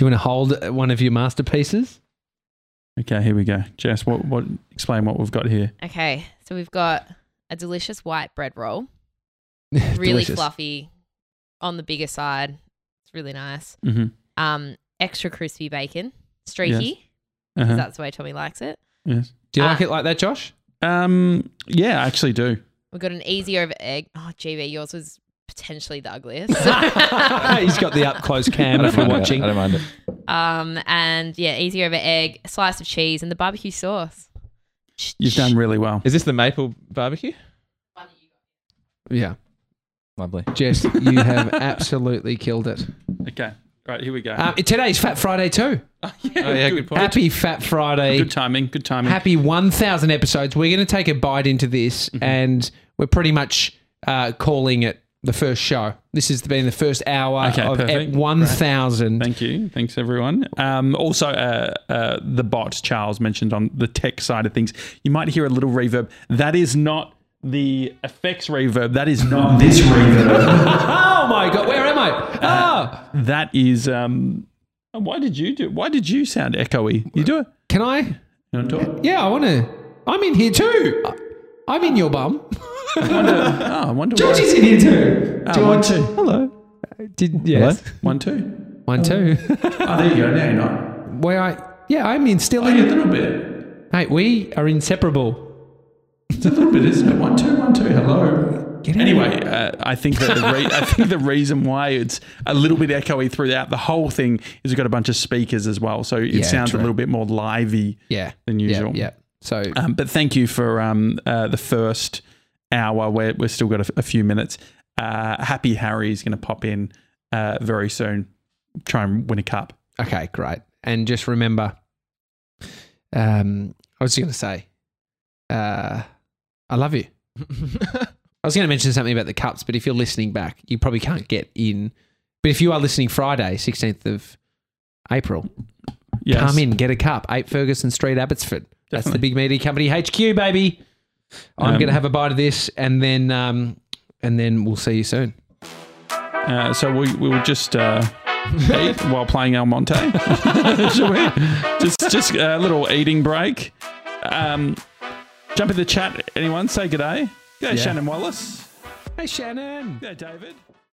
Speaker 1: you want to hold one of your masterpieces?
Speaker 7: Okay, here we go. Jess, what, what explain what we've got here?
Speaker 9: Okay, so we've got a delicious white bread roll, really
Speaker 7: Delicious.
Speaker 9: fluffy, on the bigger side. It's really nice.
Speaker 7: Mhm.
Speaker 9: Um, extra crispy bacon, streaky, because
Speaker 7: Uh-huh.
Speaker 9: that's the way Tommy likes it.
Speaker 7: Yes.
Speaker 1: Do you like it like that, Josh?
Speaker 7: Um, yeah, I actually do.
Speaker 9: We've got an easy over egg. Oh, GB, yours was potentially the ugliest.
Speaker 1: He's got the up close cam
Speaker 20: I
Speaker 1: if
Speaker 20: don't
Speaker 1: you're
Speaker 20: mind it.
Speaker 1: watching.
Speaker 20: I don't mind it.
Speaker 9: um, and yeah, easy over egg, slice of cheese, and the barbecue sauce.
Speaker 7: You've done really well.
Speaker 20: Is this the maple barbecue?
Speaker 1: Yeah.
Speaker 20: Lovely.
Speaker 1: Jess, you have absolutely killed it.
Speaker 7: Okay. Right, here we go.
Speaker 1: Um, today's Fat Friday, too.
Speaker 7: Oh, yeah, good point.
Speaker 1: Happy Fat Friday.
Speaker 7: Good timing. Good timing.
Speaker 1: Happy 1,000 episodes. We're going to take a bite into this,
Speaker 7: Mm-hmm.
Speaker 1: and we're pretty much uh, calling it the first show. This has been the first hour
Speaker 7: Okay,
Speaker 1: of
Speaker 7: perfect.
Speaker 1: at 1,000.
Speaker 7: Thank you. Thanks, everyone. Um, also, uh, uh, the bot Charles mentioned on the tech side of things, you might hear a little reverb. That is not the effects reverb. That is not this reverb.
Speaker 1: oh my god, where am I?
Speaker 7: Ah, that is. Um, why did you do? Why did you sound echoey? You do it.
Speaker 1: Can I? You
Speaker 7: want to do it?
Speaker 1: Yeah, I want to. I'm in here too. I'm in your bum.
Speaker 7: Oh, I wonder.
Speaker 1: George
Speaker 7: why-
Speaker 1: is in here too.
Speaker 7: Ah,
Speaker 1: Do you
Speaker 7: one,
Speaker 1: want
Speaker 7: two.
Speaker 1: to? Hello. Did yes.
Speaker 7: Hello? One two.
Speaker 1: One two.
Speaker 7: Oh, there you go. Now you're not.
Speaker 1: Where I? Yeah, I'm in still
Speaker 7: Only a
Speaker 1: in.
Speaker 7: little bit.
Speaker 1: Mate, we are inseparable.
Speaker 7: It's a little bit, isn't it? One two, one two. Hello. Anyway, uh, I think that the re- I think the reason why it's a little bit echoey throughout the whole thing is we've got a bunch of speakers as well, so it
Speaker 1: Yeah,
Speaker 7: sounds
Speaker 1: true.
Speaker 7: a little bit more lively
Speaker 1: Yeah.
Speaker 7: than usual.
Speaker 1: Yeah. So
Speaker 7: Um, but thank you for um, uh, the first hour. We're, we've still got a, a few minutes. Uh, Happy Harry is going to pop in uh, very soon. Try and win a cup.
Speaker 1: okay, great. And just remember, um, I was going to say, uh, I love you. I was going to mention something about the cups, but if you're listening back, you probably can't get in. But if you are listening Friday, 16th of April,
Speaker 7: Yes.
Speaker 1: come in, get a cup. 8 Ferguson Street, Abbotsford. That's the Big Media Company HQ, baby. I'm
Speaker 7: Um,
Speaker 1: going to have a bite of this, and then um, and then we'll see you soon.
Speaker 7: Uh, so we, we will just uh, eat while playing El Monte. Shall we? Just, just a little eating break. Um, jump in the chat, anyone. Say good day. Good day,
Speaker 1: Yeah.
Speaker 7: Shannon Wallace.
Speaker 1: Hey, Shannon.
Speaker 7: Good day, David.